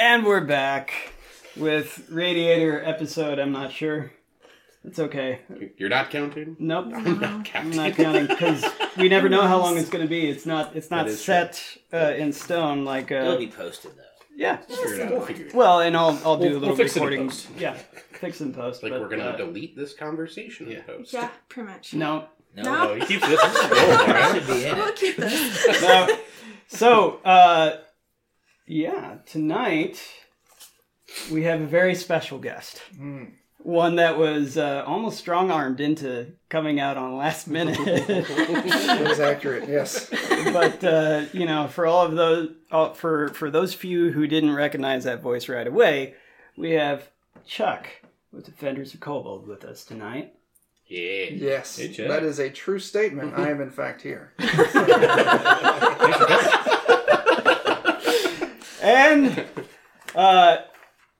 And we're back with Radiator episode. I'm not sure. It's okay. You're not counting? Nope. I'm not counting. I'm not counting because we never know how long it's going to be. It's not. It's not That is set uh, in stone. Like It'll uh, be posted though. yeah. Figure it out. Figure it out. Well, and I'll I'll do We'll- a we'll little fix it in recording. post. Yeah, fix and post. Like but, we're gonna uh, delete this conversation in post. Yeah, pretty much. no. No, Oh, he keeps this. this is gold, that man. should be in We'll it. keep this. No. so uh, yeah, tonight we have a very special guest. One that was uh, almost strong armed into coming out on last minute. It was accurate, yes. but uh, you know, for all of those, all, for for those few who didn't recognize that voice right away, we have Chuck with the Fenders of Kobold with us tonight. Yeah. Yes. Hey, Chad. that is a true statement. I am, in fact, here. And uh,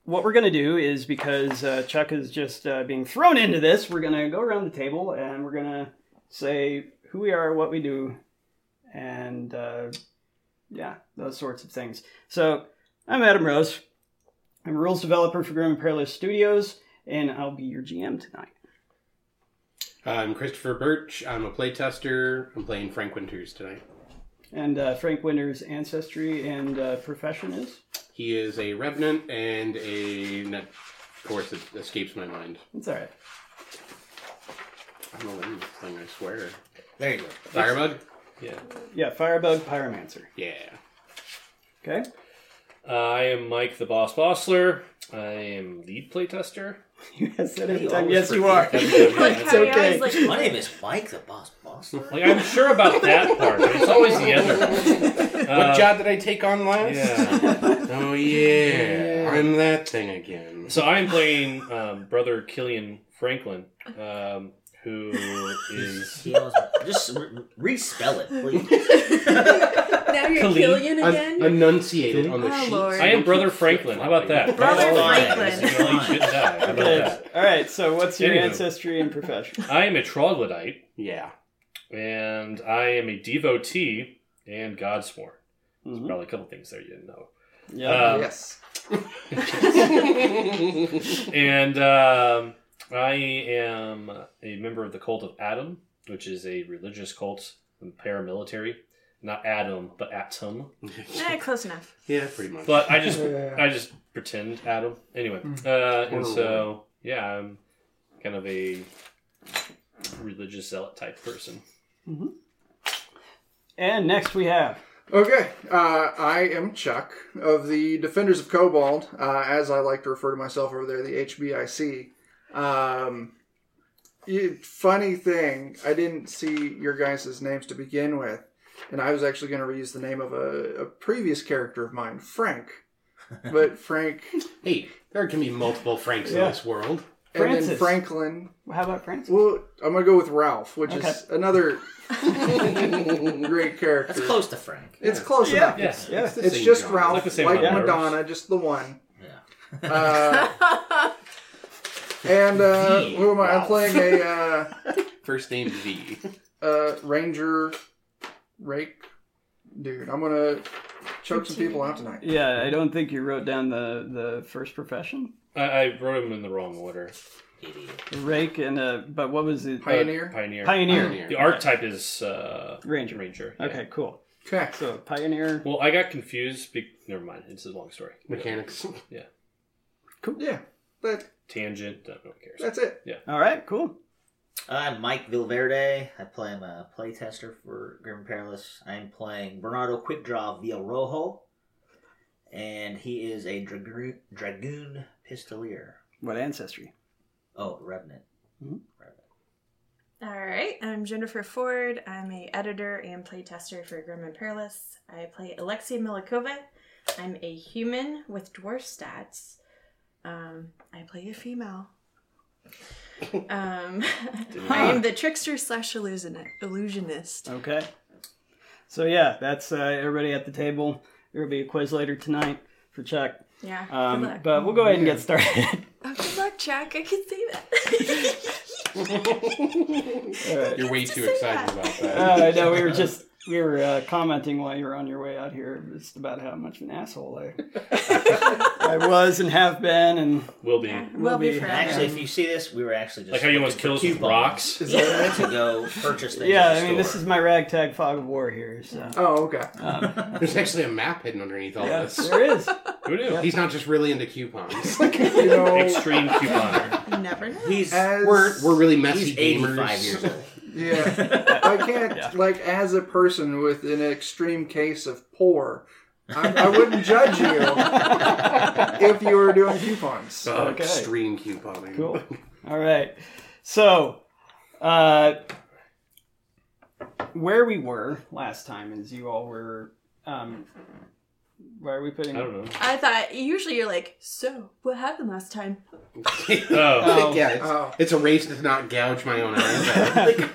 what we're gonna do is because uh, Chuck is just uh, being thrown into this, we're gonna go around the table and we're gonna say who we are, what we do, and uh, yeah, those sorts of things. So I'm Adam Rose. I'm a rules developer for Grim and Perilous Studios, and I'll be your GM tonight. I'm Christopher Birch. I'm a playtester. I'm playing Frank Winters tonight. And uh, Frank Winder's ancestry and uh, profession is He is a revenant and a. and Of course, it escapes my mind. it's all right. I'm gonna win this thing, I swear. There you go. Firebug? Yeah. Yeah, Firebug Pyromancer. Yeah. Okay. Uh, I am Mike the Boss Bossler. I am lead playtester. Yes, that You is time. always Yes, you are. forget like like, how you okay. always like. My name is Mike the Boss Boss. I'm sure about that part, but it's always the other. what Uh, job did I take on last? Yeah. Oh, yeah. I'm that thing again. So I am playing um, brother Killian Franklin, um, who is He almost- Just re- respell it, please. Now you're Colleen, Killian Un- again. enunciated on the Oh, sheet. Lord. I am brother Franklin. How about that? Brother That's all I am. Franklin. It's really shit die. How about that? All right. So, what's your Anywho. ancestry and profession? I am a troglodyte. Yeah. and I am a devotee and Godsworn. There's Mhm. probably a couple things there you didn't know. Yeah. Uh, Um, yes. And um, I am a member of the Cult of Adam, which is a religious cult and paramilitary. Not Adam, but Atom. Eh, close enough. yeah, pretty much. But I just Yeah. I just pretend Adam. Anyway, uh, and so yeah, I'm kind of a religious zealot type person. and next we have. Okay, uh, I am Chuck of the Defenders of Cobalt, uh, as I like to refer to myself over there, the HBIC. Um, you- funny thing, I didn't see your guys' names to begin with, and I was actually going to reuse the name of a, a previous character of mine, Frank. But Frank hey, there can be multiple Franks Yeah. in this world. and then Francis. Franklin How about Francis? Well, I'm gonna go with Ralph, which is Okay. another great character. That's close to Frank. It's close Yeah. enough. Yes. Yeah. the It's same just genre. Ralph, Like like, the same numbers. Madonna, just the one. Yeah. Uh, and uh, who am I? I'm Ralph. playing a uh, First name V. uh, ranger, rake, dude. I'm gonna choke some people out tonight. Yeah, I don't think you wrote down the the first profession, I, I wrote him in the wrong order. Uh, Idiot. rake, and uh. But what was it? Pioneer. Pioneer. Pioneer. Pioneer. The archetype is uh, Ranger. Ranger. yeah. Okay, cool. Okay. So pioneer. Well, I got confused. Be- Never mind. It's a long story. Mechanics. Yeah. That, Tangent. I don't know, who cares. that's it. All right, cool. I'm Mike Vilverde. I play I'm a playtester for Grim and Perilous. I'm playing Bernardo Quickdraw Villarrojo, and he is a dragoon, dragoon pistolier. What ancestry? Oh, Revenant. Mhm. Revenant. All right, I'm Jennifer Ford. I'm a editor and playtester for Grim and Peerless. I play Alexia Milikova. I'm a human with dwarf stats. Um, I play a female. Um, I am the trickster slash illusioni- illusionist. Okay. So yeah, that's uh, everybody at the table. There will be a quiz later tonight for Chuck. Yeah. good Um, luck. but we'll go ahead and get started. oh, good luck, Jack. I can say that. All right. You're way Just too say excited that. about Uh, that. no, we were just we were uh, commenting while you were on your way out here just about how much of an asshole I, I was and have been, and Will be. Will, be, be. forever. And actually, if you see this, we were actually just Like how you almost looking kills for with coupons rocks. Is that it? to go purchase things. yeah, at the I mean this store. is my ragtag fog of war here. So Oh, okay. um, There's actually a map hidden underneath all yeah, this. there is. Who knew? He's not just really into coupons. You know, Extreme couponer. You never know. he's as we're we're really messy he's gamers. 85 years old. yeah, I can't like as a person with an extreme case of poor, I, I wouldn't judge you if you were doing coupons. Oh, Okay. Extreme couponing. Cool. All right. So, uh, where we were last time is you all were. Um, where are we I putting? don't know. I thought usually you're like, so what happened last time? Oh, Oh. yeah, it's, Oh. it's a race to not gouge my own eyes out.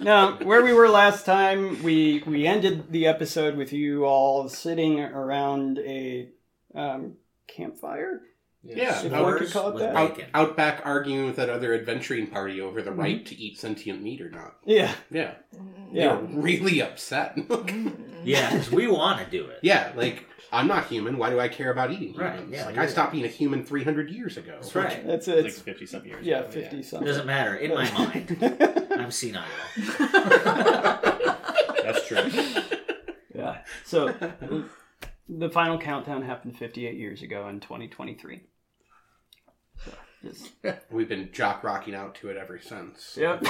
no, where we were last time, we we ended the episode with you all sitting around a um, campfire. Yeah, If I one would- could call it with that. out, bacon. out back arguing with that other adventuring party over the right to eat sentient meat or not. Yeah, Yeah, yeah. they were really upset. Mm. Yeah, 'cause we want to do it. yeah, like I'm not human. Why do I care about eating Right, humans? yeah, like yeah. I stopped being a human 300 years ago. That's right. That's like it. 50 something years. Yeah, ago, fifty It something. doesn't matter. In my mind, I'm senile. That's true. Yeah. So the final countdown happened 58 years ago in 2023. So just We've been jock rocking out to it ever since. yep.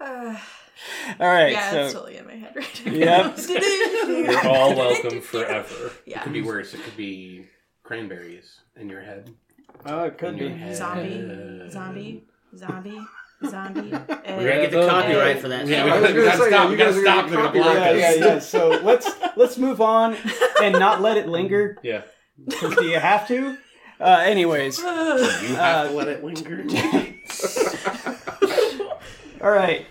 Uh, All right. yeah, so it's totally in my head right now. Yep. You're all welcome forever. It yeah. could be worse. It could be cranberries in your head. oh, it could in your be. head. Zombie, zombie, zombie, zombie. Eh, We're gonna get the Yeah, copyright yeah. for that. Yeah, I we, was we gonna gotta say, stop. you We gotta guys are stop. They're gonna gonna copyright block Yeah, us. yeah, yeah. So let's let's move on and not let it linger. Yeah. 'cause do you have to? Uh, anyways, You Uh, have to let it linger. all right.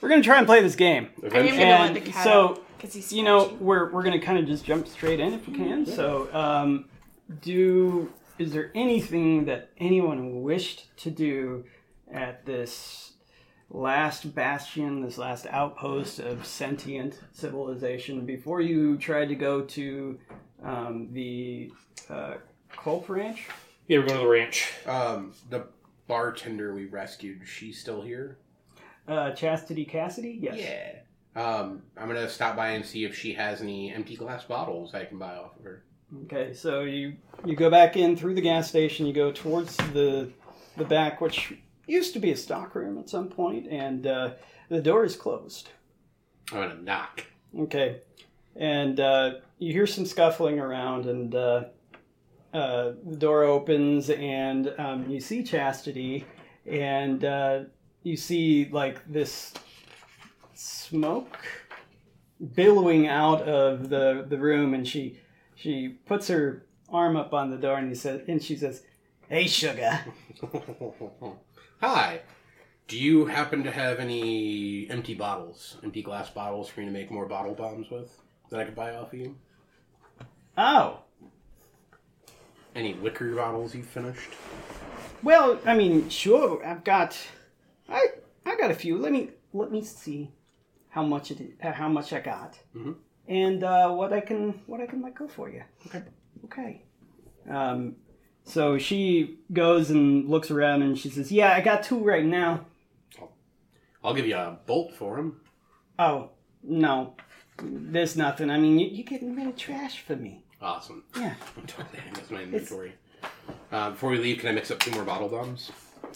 We're gonna try and play this game. I'm gonna let the And cat so because he's you know scratching. we're we're gonna kind of just jump straight in if we can so um do is there anything that anyone wished to do at this last bastion this last outpost of sentient civilization before you tried to go to um, the uh, Culp ranch Yeah, we're going to the ranch. um, the bartender we rescued, she's still here. uh, chastity cassidy yes Yeah. Um, I'm gonna stop by and see if she has any empty glass bottles I can buy off of her. Okay, so you you go back in through the gas station. You go towards the the back, which used to be a stockroom at some point, and uh, the door is closed. I'm gonna knock. Okay, and uh, you hear some scuffling around, and uh, uh, the door opens, and um, you see Chastity, and uh, you see like this smoke billowing out of the the room, and she she puts her arm up on the door, and he says, and she says, "Hey, sugar." Hi. Do you happen to have any empty bottles, empty glass bottles for me to make more bottle bombs with that I could buy off of you? Oh, Any liquor bottles you finished? well, I mean, sure, I've got, I I got a few. Let me let me see how much it uh, how much I got, Mhm. and uh, what I can what I can let go for you. Okay. Um, so she goes and looks around, and she says, "Yeah, I got two right now." I'll give you a bolt for them. Oh no, there's nothing. I mean, you, you're getting rid of trash for me. Awesome. Yeah. I'm totally adding this to my inventory. Uh, before we leave, can I mix up two more bottle bombs?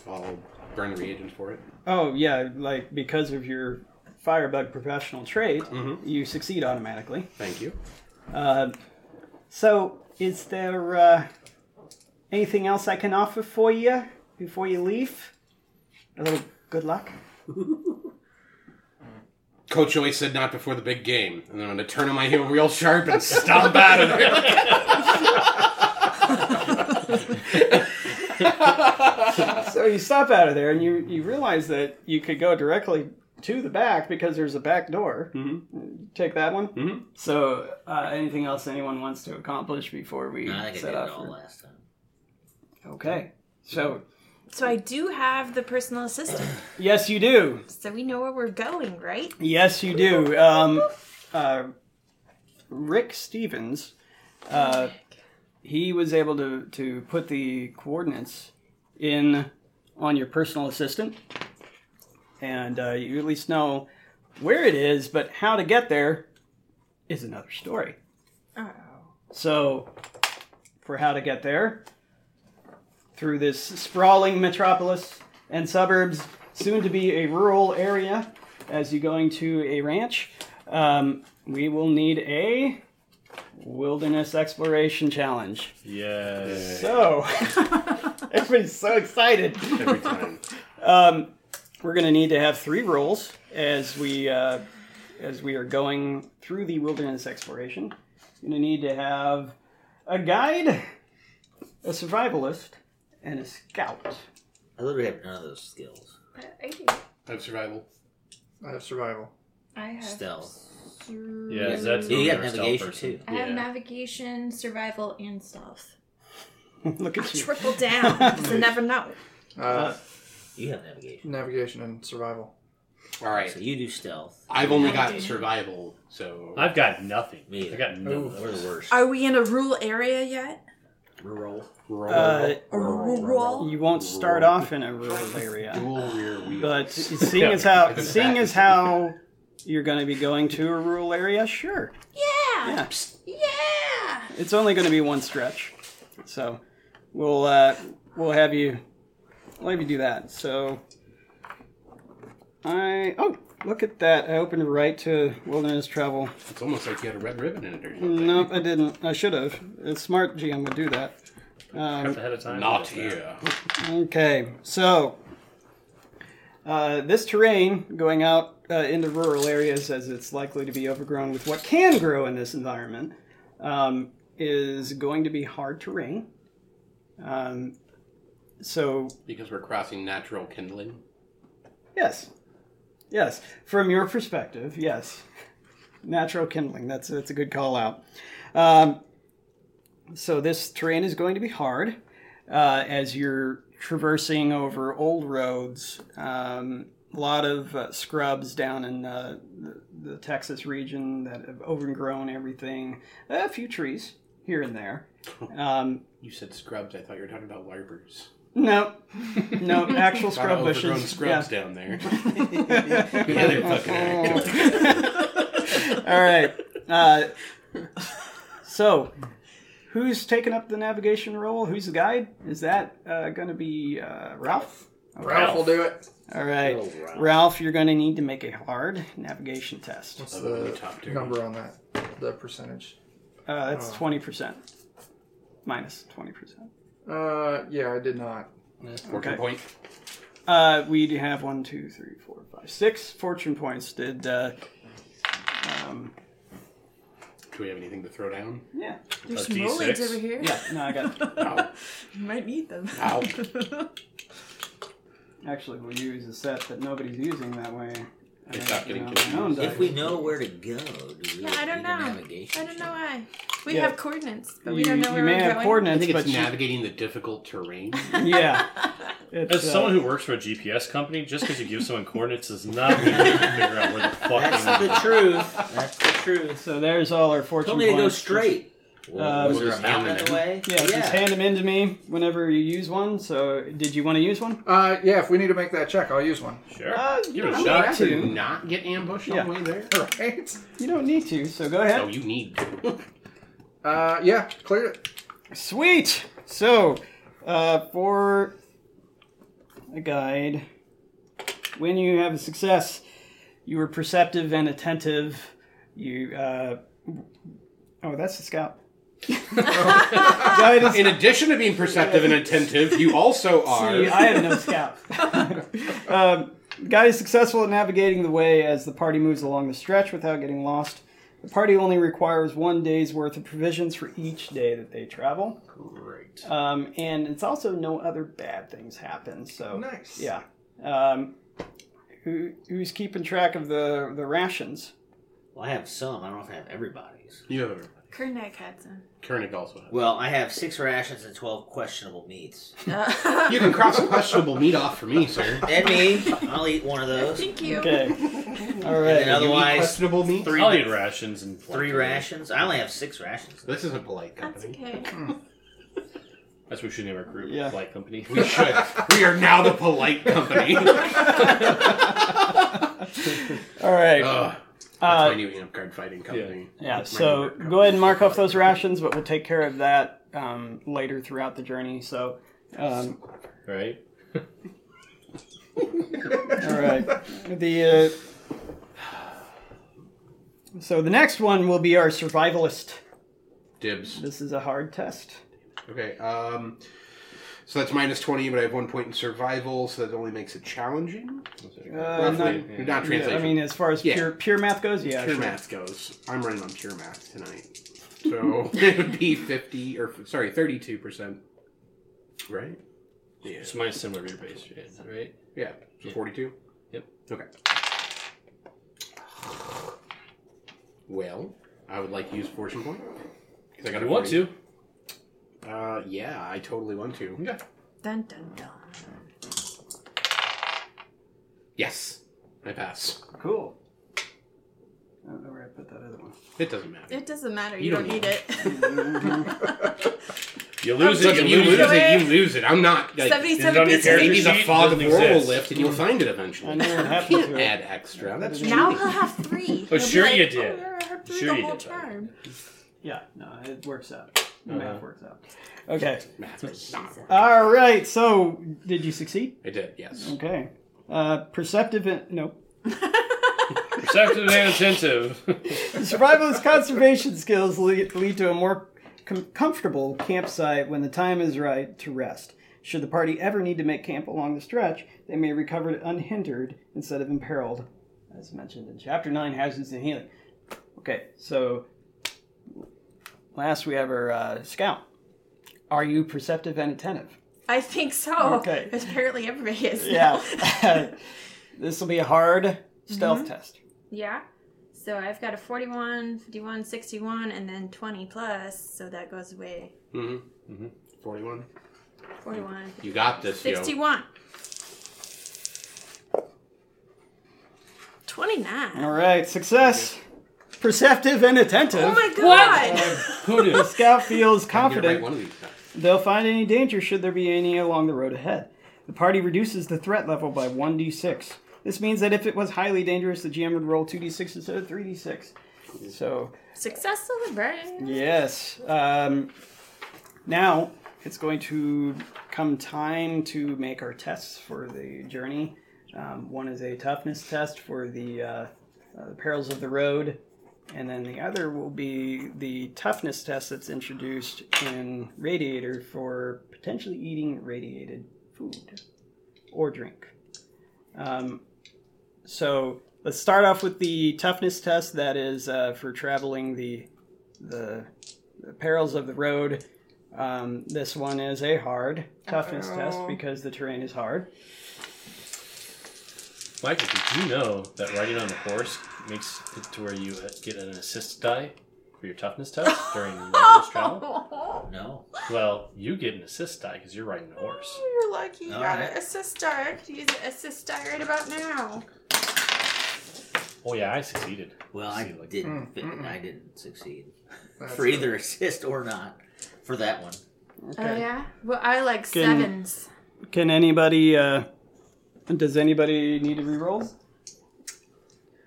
I'll burn the reagents for it. Oh yeah, like because of your firebug professional trait, you succeed automatically. Thank you. Uh, so, is there uh, anything else I can offer for you before you leave? A little good luck. Coach always said not before the big game, and then I'm gonna turn on my heel real sharp and stomp out of there. So you stop out of there, and you you realize that you could go directly to the back because there's a back door. Mm-hmm. Take that one. Mhm. So, uh, anything else anyone wants to accomplish before we No, I think I set did it off? all for- last time. Okay. So So I do have the personal assistant, Yes, you do. so we know where we're going, right? Yes, you do. Um, uh, Rick Stevens, uh, he was able to, to put the coordinates in on your personal assistant, and uh, you at least know where it is, but how to get there is another story. Oh, So, for how to get there, through this sprawling metropolis and suburbs, soon to be a rural area, as you going to a ranch, um, we will need a wilderness exploration challenge. Yes. So, everybody's so excited. every time. Um, we're going to need to have three rolls as we uh, as we are going through the wilderness exploration. You're going to need to have a guide, a survivalist, and a scout. I literally have none of those skills. but I do. I have survival. I have survival. I have Stealth. sur- Yeah, is that- You Yeah, got you're a stealth navigation person. too. I have Yeah. navigation, survival, and stealth. Look at you. Triple down. so never know. Uh, Uh, You have navigation. navigation and survival. All right. So you do stealth. I've only got survival, so I've got nothing. Me I either. got no. Ooh. We're the worst. Are we in a rural area yet? Rural. roll. uh, A rural? you won't start off in a rural area, dual rear wheel. but seeing as how seeing as how you're going to be going to a rural area, sure. Yeah. Yeah, Yeah. it's only going to be one stretch, so we'll uh, we'll have you we'll have you do that. So I oh look at that! I opened right to wilderness travel. it's almost like you had a red ribbon in it or something. Nope, I didn't. I should have. A smart GM would do that. Um, ahead of time. Not here. Okay, so uh, this terrain going out uh, into rural areas, as it's likely to be overgrown with what can grow in this environment, um, is going to be hard terrain. Um, so Because we're crossing natural kindling. yes, yes, from your perspective, yes, natural kindling. That's that's a good call out. Um, so this terrain is going to be hard uh, as you're traversing over old roads. Um, a lot of uh, scrubs down in uh, the, the Texas region that have overgrown everything. A few trees here and there. Um, You said scrubs. I thought you were talking about larpers. no, no actual A lot of scrub overgrown bushes. Scrubs down there. Yeah. Motherfucker. All right. Uh, so, who's taking up the navigation role? Who's the guide? Is that uh, going to be uh, Ralph? Ralph will do it. All right. Oh, Ralph. Ralph, you're going to need to make a hard navigation test. What's Oh, the the top two. number on that? The percentage. Uh, that's Oh. 20%. Minus 20%. Uh, yeah, I did not. Working Okay. point. Uh, we do have one, two, three, four, five, six fortune points. Did, uh, um, Do we have anything to throw down? yeah. There's A some D6? rollings over here. Yeah, no, I got Ow. You might need them. Ow. Actually, we'll use a set that nobody's using that way. I It's not getting you know, my own confused. dice. If we know where to go, do we Yeah, I don't need a know. navigation I don't know check? why. We Yeah. have coordinates, but you, we don't know where you we're may have going. I coordinates, think but it's you- navigating the difficult terrain. yeah. It's, As uh, someone who works for a GPS company, just because you give someone coordinates does not mean you can figure out where the That's fuck the truth. That's the truth. uh, so there's all our fortune Told me to go points. straight. Um, Uh, Well, was we'll there a just mountain hand in it the in. way? Yeah, just hand them in to me whenever you use one. So, did you want to use one? Uh, yeah, if we need to make that check, I'll use one. Sure. Uh, you give it don't a need shot. to. Not get ambushed Yeah. on the way there. Right? You don't need to. So go ahead. No, you need. Uh, yeah, cleared it. Sweet. So, uh, for a guide, when you have a success, you were perceptive and attentive. You. Uh, oh, that's the scout. Guide is- In addition to being perceptive and attentive, you also are. See, I have no scout. um, the guide is successful at navigating the way as the party moves along the stretch without getting lost. The party only requires one day's worth of provisions for each day that they travel, Great. um, and it's also no other bad things happen. So Nice. yeah. Um, who, who's keeping track of the the rations? Well, I have some. I don't know if I have everybody's. You have everybody. Kernig had some. Koenig also has. Well, I have six rations and twelve questionable meats. Uh, You can cross a questionable meat off for me, sir. And me, I'll eat one of those. Thank you. Okay. All And then right. You eat otherwise, questionable meat. three, I'll eat rations and three rations. I only have six rations. This isn't polite That's company. okay. That's what we should name our group. Yeah. Flight company. We should. we are now the polite company. All right. Ugh. Oh, That's Uh, my new amp card fighting company. Yeah, That's my so new amp card go ahead and company. mark off those rations, but we'll take care of that um, later throughout the journey. So, um, right? all right. The uh, so the next one will be our survivalist. Dibs. This is a hard test. Okay. Um, so that's minus 20, but I have one point in survival, so that only makes it challenging. Uh, not, Roughly. Not, translation. I mean, as far as Yeah. pure pure math goes, yeah. pure sure. math goes. I'm running on pure math tonight. So it would be 50, or sorry, 32%. Right? Yeah. It's my similar to your base, right? Yeah. So 42? Yep. Okay. Well, I would like to use a fortune point. 'Cause I got a You want 40. to? Uh, yeah, I totally want to. Yeah. Dun dun dun. Yes. I pass. Cool. I don't know where I put that other one. It doesn't matter. It doesn't matter. You, You don't, don't need it. You lose Look, it. if You lose it. it. You lose it. I'm not. Like, Is it 77 on your pieces. character maybe the sheet? fog of Doesn't oral exist. Mm. lift, and you'll find it eventually. I know what happened You to can't it. add extra. That's Now cheating. he'll have three. Oh, He'll be sure you like, did. "Oh, I heard through Sure the you whole did. charm. Yeah, no, it works out. The Uh-huh. Math works out. Okay. Math was not working. All right. So, did you succeed? I did. Yes. Okay. Uh, perceptive. And, no. Perceptive and attentive. Survivalist conservation skills lead, lead to a more com- comfortable campsite when the time is right to rest. Should the party ever need to make camp along the stretch, they may recover unhindered instead of imperiled, as mentioned in Chapter 9 Hazards and Healing. Okay, so last we have our uh, scout. Are you perceptive and attentive? I think so. Okay. Apparently everybody is. now. Yeah. this will be a hard stealth test. yeah. So I've got a 41, 51, 61, and then 20 plus. So that goes away. Mm-hmm. Mm-hmm. Forty-one. 41, You got this, yo. 61. All 29. right, success. Perceptive and attentive. Oh my god! Who knew? The scout feels I'm gonna write confident one of these. down. they'll find any danger should there be any along the road ahead. The party reduces the threat level by 1d6. This means that if it was highly dangerous, the GM would roll 2d6 instead of 3d6. So, Success celebrate. yes. Um, now it's going to come time to make our tests for the journey. Um, one is a toughness test for the, uh, uh, the perils of the road, and then the other will be the toughness test that's introduced in Radiator for potentially eating radiated food or drink. Um, so let's start off with the toughness test that is uh, for traveling the, the the perils of the road. Um, this one is a hard Oh. toughness test because the terrain is hard. Michael, did you know that riding on a horse makes it to where you get an assist die for your toughness test during wilderness travel? No. Well, you get an assist die because you're riding a horse. You're lucky you All got right. an assist die. I could use an assist die right about now. Oh yeah, I succeeded. Well, I See, like- didn't. Mm, Fit, mm-mm. I didn't succeed That's for either assist or not for that one. Okay. Oh yeah. Well, I like Can- sevens. Can anybody? Uh, does anybody need to reroll?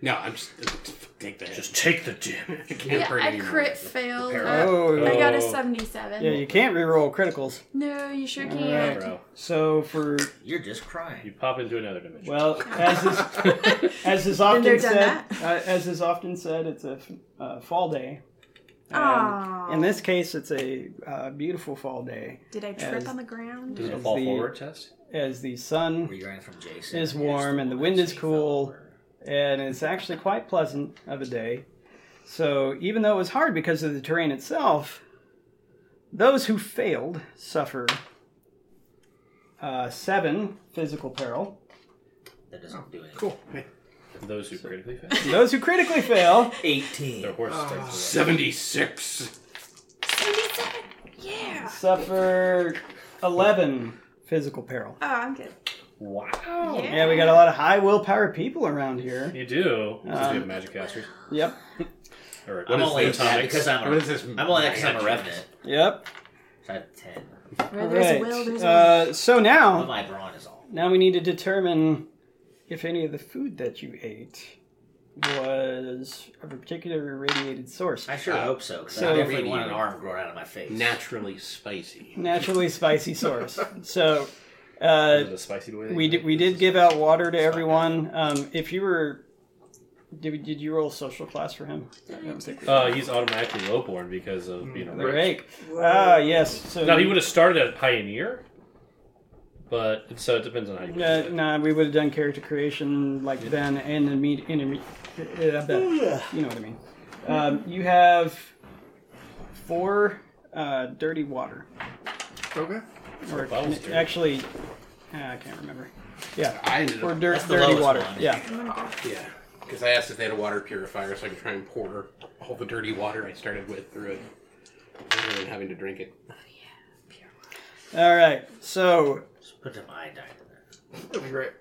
No, I'm just take that. Just take the damage. I can't Yeah, bring I anymore. crit failed. Apparel. Oh, Uh, I got a Oh. seventy-seven. yeah. You can't reroll criticals. No, you sure right, can't. Bro, So for You're just crying. you pop into another dimension. well, as is as is Been there, often done said, that. uh, as is often said, it's a f- uh, fall day. And Aw. in this case, it's a uh, beautiful fall day Did I trip as- on the ground? Is it a As fall the- forward test? as the sun Were you running from Jason? It's warm and the wind is He fell cool. over. and it's actually quite pleasant of a day. So, even though it was hard because of the terrain itself, those who failed suffer uh, seven physical peril. That Oh. doesn't do anything. Cool. Hey, Those who critically fail. Those who critically fail, Their 18. horses take the Seventy-six. suffer 11 physical peril. Oh, I'm good. Wow. Yeah. Yeah, we got a lot of high willpower people around here. You do. Because Um, you have magic casters. Yep, All right. I'm what is only the at that atomics? because I'm a, What is this? I'm only at because I'm a revenant. yep. So I have ten. Where there's a Alright. will, there's a uh, so But now, my brawn is all. now we need to determine if any of the food that you ate was of a particular irradiated source. I sure hope so because so- I definitely want an arm growing out of my face. Naturally spicy. Naturally spicy source. So, Is uh, it a spicy boy? we did we did give out water to everyone. Um, if you were, did, we- did you roll social class for him? I don't think we Uh, he's automatically lowborn because of being a the rake. rake. Ah, yes. So Now he would have started at pioneer, but so it depends on how you. Uh, do it. nah, we would have done character creation like then and uh, the meet in you know what I mean. Um, you have four uh, dirty water, Okay. or bottles dirty. actually, uh, I can't remember. Yeah, I ended or up, dir- That's the dirty lowest water. one. Yeah, yeah, because I asked if they had a water purifier so I could try and pour all the dirty water I started with through it, rather than having to drink it. all right. So Just put some iodine in there. That'd be great.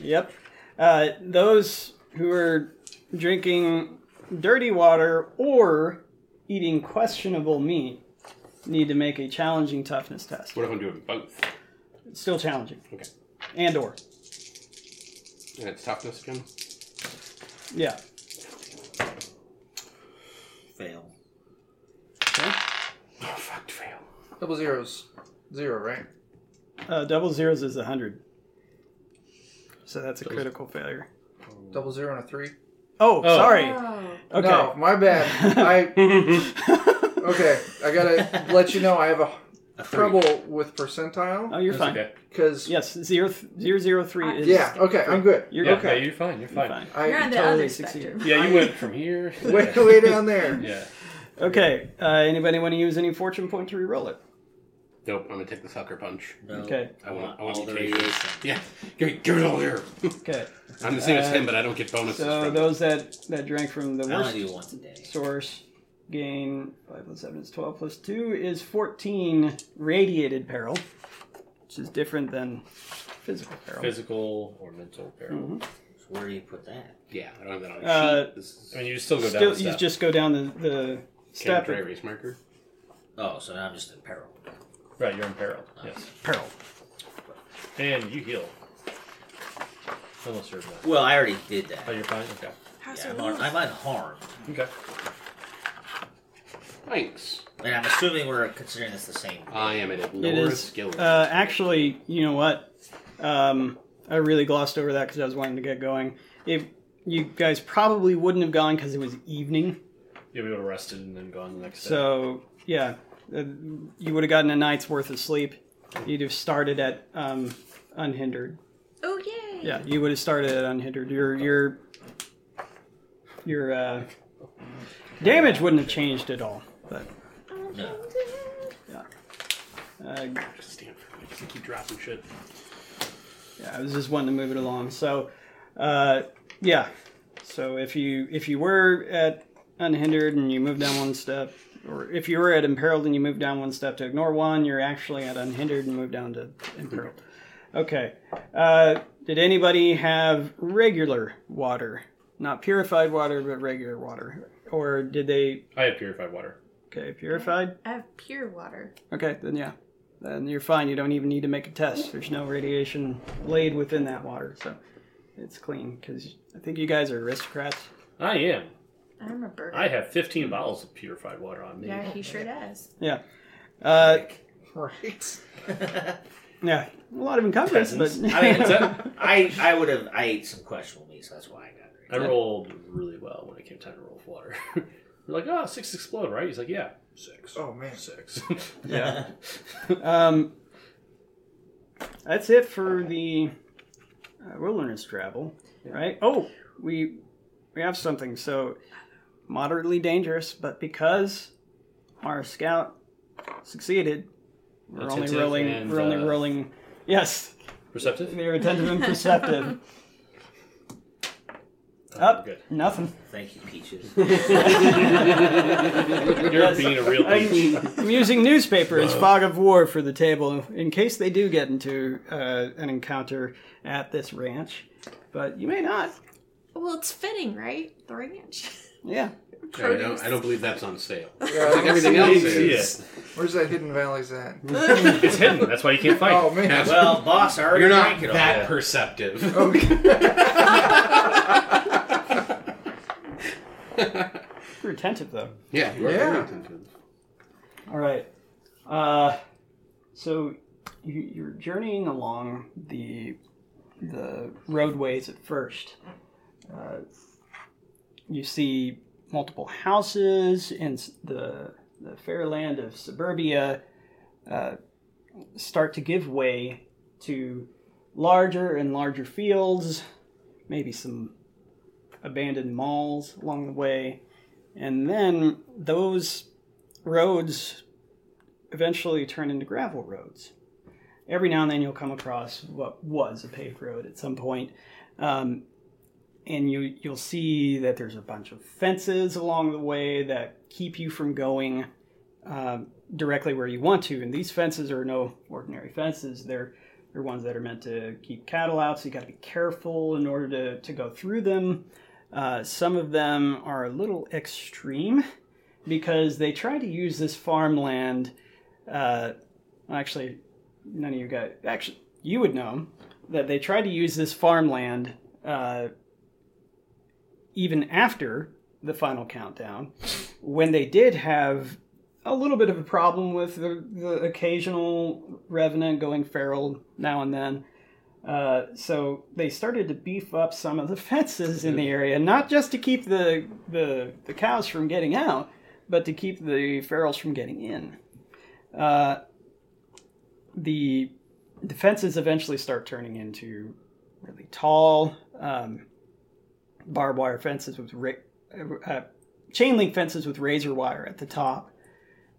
Yep. Uh, those who are drinking dirty water or eating questionable meat need to make a challenging toughness test. What if I'm doing both? It's still challenging. Okay. And or. And it's toughness again. Yeah. Fail. Oh fuck, fail. Double zeros. Zero, right? Uh, double zeros is a 100. So that's a critical failure. Double zero and a three. Oh, Oh. sorry. Oh. Okay. No, my bad. I okay. I gotta let you know I have a A three. trouble with percentile Oh, you're That's fine. Okay. because Yes, zero th- zero zero three is. yeah. Okay, I'm good. You're Yeah, okay. no, you're fine. You're You're fine. fine. You're I on the totally other succeeded. spectrum. Yeah, you went from here. way way down there. Yeah. Okay. Uh, anybody want to use any fortune point to reroll it? Nope, I'm gonna take the sucker punch. No. Okay. I want, I all want the mutation. radiation. Yeah, give me, give it all here. Okay. I'm the same as Uh, him, but I don't get bonuses. So from those that that drank from the I only worst do once a day. source gain 5 plus 7 is 12 plus 2 is 14 radiated peril which is different than physical peril Physical or mental peril. So where do you put that? it. Yeah, I don't have that on a Uh, sheet. This is I mean, you still go down. still the you step. just go down the, the Can step dry erase marker. Oh, so now I'm just in peril. right. You're in peril. Yes. peril And you heal. Unless you're not. Well, I already did Oh, that. you're fine. Okay. How's Yeah, it I'm, un- I'm unharmed, Okay. Thanks. and I'm assuming we're considering this the same. I am an it Loris is Gillis. uh, actually you know what um, i really glossed over that because i was wanting to get going if you guys probably wouldn't have gone because it was evening Yeah, we would have rested and then gone the next day. so yeah uh, you would have gotten a night's worth of sleep you'd have started at um, unhindered Oh, yay! Yeah, you would have started it unhindered. Your your your uh, damage wouldn't have changed at all. But Oh, No. uh, Stand for it. Just keep dropping shit. yeah, I was just wanting to move it along. So uh, yeah, so if you if you were at unhindered and you move down one step, or if you were at imperiled and you move down one step to ignore one, you're actually at unhindered and move down to imperiled. Okay. Uh, did anybody have regular water? Not purified water, but regular water. Or did they? I have purified water. Okay, purified. I have pure water. Okay, then yeah, then you're fine. You don't even need to make a test. There's no radiation laid within that water, so it's clean. Because I think you guys are aristocrats. I am. I'm a burger. I have 15 bottles of purified water on me. yeah, he sure does. Yeah. Uh, Right. yeah, a lot of encumbrance, but Peasants. I mean, it's a, I I would have I ate some questionable meat, so that's why I got I there. rolled really well when it came time to roll with water. You're like, oh, six explode, right? He's like, yeah, six. Oh man. Six. yeah. um, that's it for the uh, wilderness travel, right? Oh, we we have something. So moderately dangerous, but because our scout succeeded, we're only Attentive rolling. and, we're only uh, rolling. Yes, Perceptive? they're attentive and perceptive. Up. Oh, Good. Nothing. Thank you, Peaches. You're being a real peach. I'm, I'm using newspaper as fog of war for the table in case they do get into uh, an encounter at this ranch. But you may not. Well, it's fitting, right? The ranch. Yeah. No, I, don't, I don't believe that's on sale. Yeah, I don't Everything see else it. is. Where's that Hidden Valley's at? It's hidden. That's why you can't find Oh it. man. well, boss, I already You're not drank it all. that perceptive. You're attentive, though. Yeah, you are Yeah. very attentive. All right. Uh, so you, you're journeying along the the roadways at first. Uh, you see multiple houses in s- the the fair land of suburbia uh, start to give way to larger and larger fields, maybe some abandoned malls along the way, and then those roads eventually turn into gravel roads. Every now and then you'll come across what was a paved road at some point, um, and you you'll see that there's a bunch of fences along the way that keep you from going um, directly where you want to. And these fences are no ordinary fences; they're they're ones that are meant to keep cattle out. So you got to be careful in order to to go through them. Uh, some of them are a little extreme because they tried to use this farmland. Uh, actually, none of you guys. Actually, you would know that they tried to use this farmland uh, even after the final countdown, when they did have a little bit of a problem with the, the occasional revenant going feral now and then. Uh, so they started to beef up some of the fences in the area, not just to keep the, the the cows from getting out, but to keep the ferals from getting in. Uh, the the fences eventually start turning into really tall um, barbed wire fences with ra- uh, uh, chain link fences with razor wire at the top.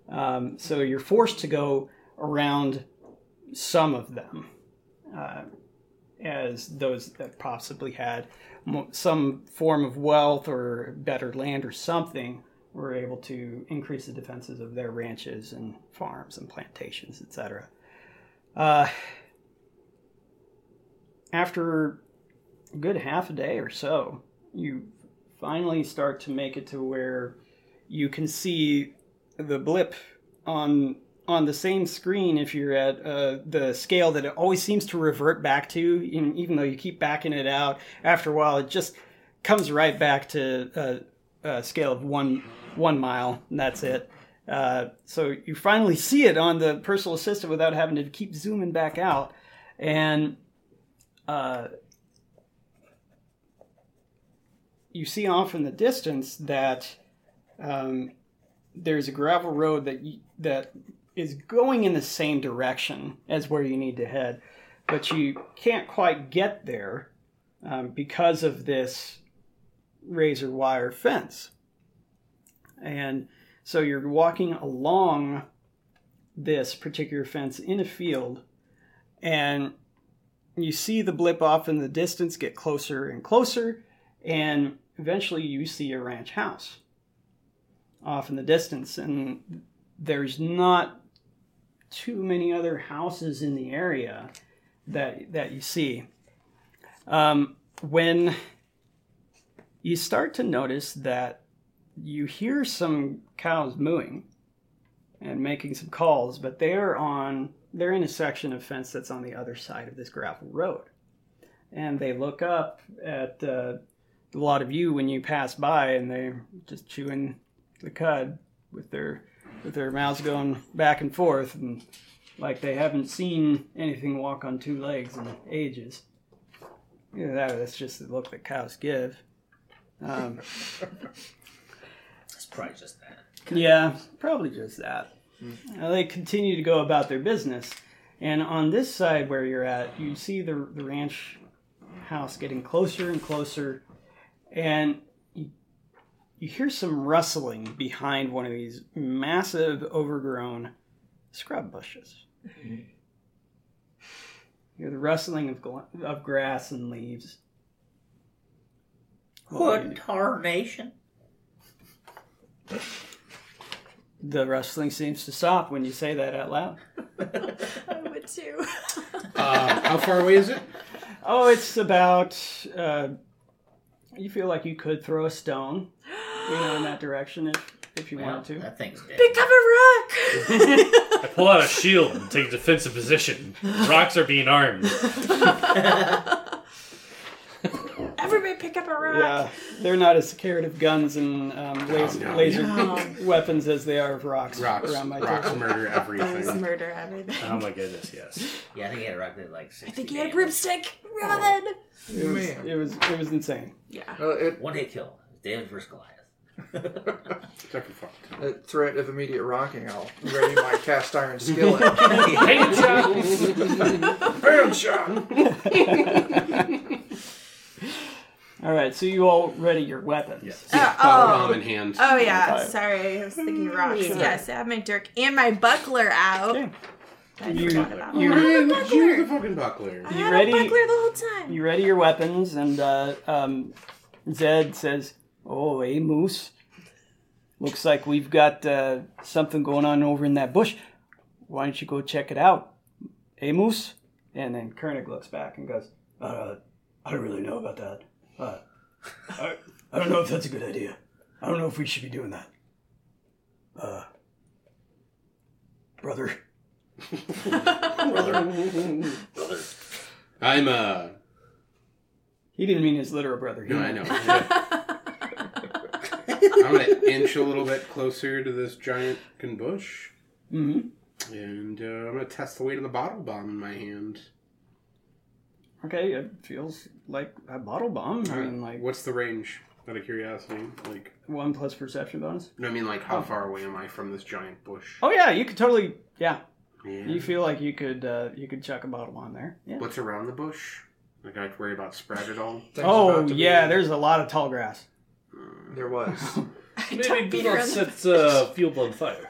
Um, so you're forced to go around some of them uh, as those that possibly had mo- some form of wealth or better land or something were able to increase the defenses of their ranches and farms and plantations, etc. Uh, after a good half a day or so, you finally start to make it to where you can see the blip on on the same screen if you're at uh, the scale that it always seems to revert back to, even even though you keep backing it out. After a while, it just comes right back to uh, uh, scale of one one mile, and that's it. Uh, so you finally see it on the personal assistant without having to keep zooming back out, and uh, you see off in the distance that um, there's a gravel road that you, that is going in the same direction as where you need to head, but you can't quite get there um, because of this razor wire fence. And so you're walking along this particular fence in a field, and you see the blip off in the distance get closer and closer, and eventually you see a ranch house off in the distance, and there's not too many other houses in the area that that you see. Um, when you start to notice that you hear some cows mooing and making some calls, but they're on they're in a section of fence that's on the other side of this gravel road, and they look up at uh, a lot of you when you pass by, and they're just chewing the cud with their with their mouths going back and forth and like they haven't seen anything walk on two legs in ages. Either that or that's just the look that cows give. Um, It's probably just that. yeah, probably just that. Uh, they continue to go about their business. And on this side where you're at, you see the, the ranch house getting closer and closer. And you, you hear some rustling behind one of these massive, overgrown scrub bushes. You hear the rustling of, gla- of grass and leaves. What tarnation? The rustling seems to stop when you say that out loud. I would too. Um, how far away is it? Oh, it's about. Uh, you feel like you could throw a stone, you know, in that direction if, if you wanted to. That thing's dead. Pick up a rock. I pull out a shield and take a defensive position. Rocks are being armed. Everybody, pick up a rock. Yeah, they're not as scared of guns and um, laser, Oh, no. laser No. weapons as they are of rocks, Rocks, around my rocks table. murder That was everything. murder. Everything. Oh my goodness, yes. Yeah, I think he had a rock that like. 60 I think you had a damage. broomstick. Robin. It was, Man. it was it was insane. Yeah. Uh, it, One hit kill. David versus Goliath. Sucker fucked. the threat of immediate rocking, I'll ready my cast iron skillet. Hand shot! Bam shot! All right, so you all ready your weapons? Yes. Uh, Bomb in oh. hand. uh, Oh yeah. Five. Sorry, I was thinking rocks. Yeah. Yes, I have my dirk and my buckler out. Okay. I You- forgot about you- that. You're the fucking buckler. I You had ready? a buckler the whole time. You ready your weapons, and uh, um, Zed says, "Oh, hey Moose, looks like we've got uh, something going on over in that bush. Why don't you go check it out, hey Moose?" And then Koenig looks back and goes, uh, "I don't really know about that. Uh, I, I don't know if that's a good idea. I don't know if we should be doing that, uh, brother." I'm uh He didn't mean his literal brother. He no, I meant- know. I'm gonna inch a little bit closer to this giant fucking bush, Mhm. and uh, I'm gonna test the weight of the bottle bomb in my hand. Okay, it feels like a bottle bomb. I mean, like Uh, what's the range? Out of curiosity, like One plus perception bonus. no, I mean like how far away am I from this giant bush? Oh yeah, you could totally. Yeah, Yeah. you feel like you could uh, you could chuck a bottle on there. Yeah. What's around the bush? Like I have to worry about spread at all. Things Oh about to be- yeah, there's a lot of tall grass. There was. Maybe do beat not around the set uh, fuel on fire.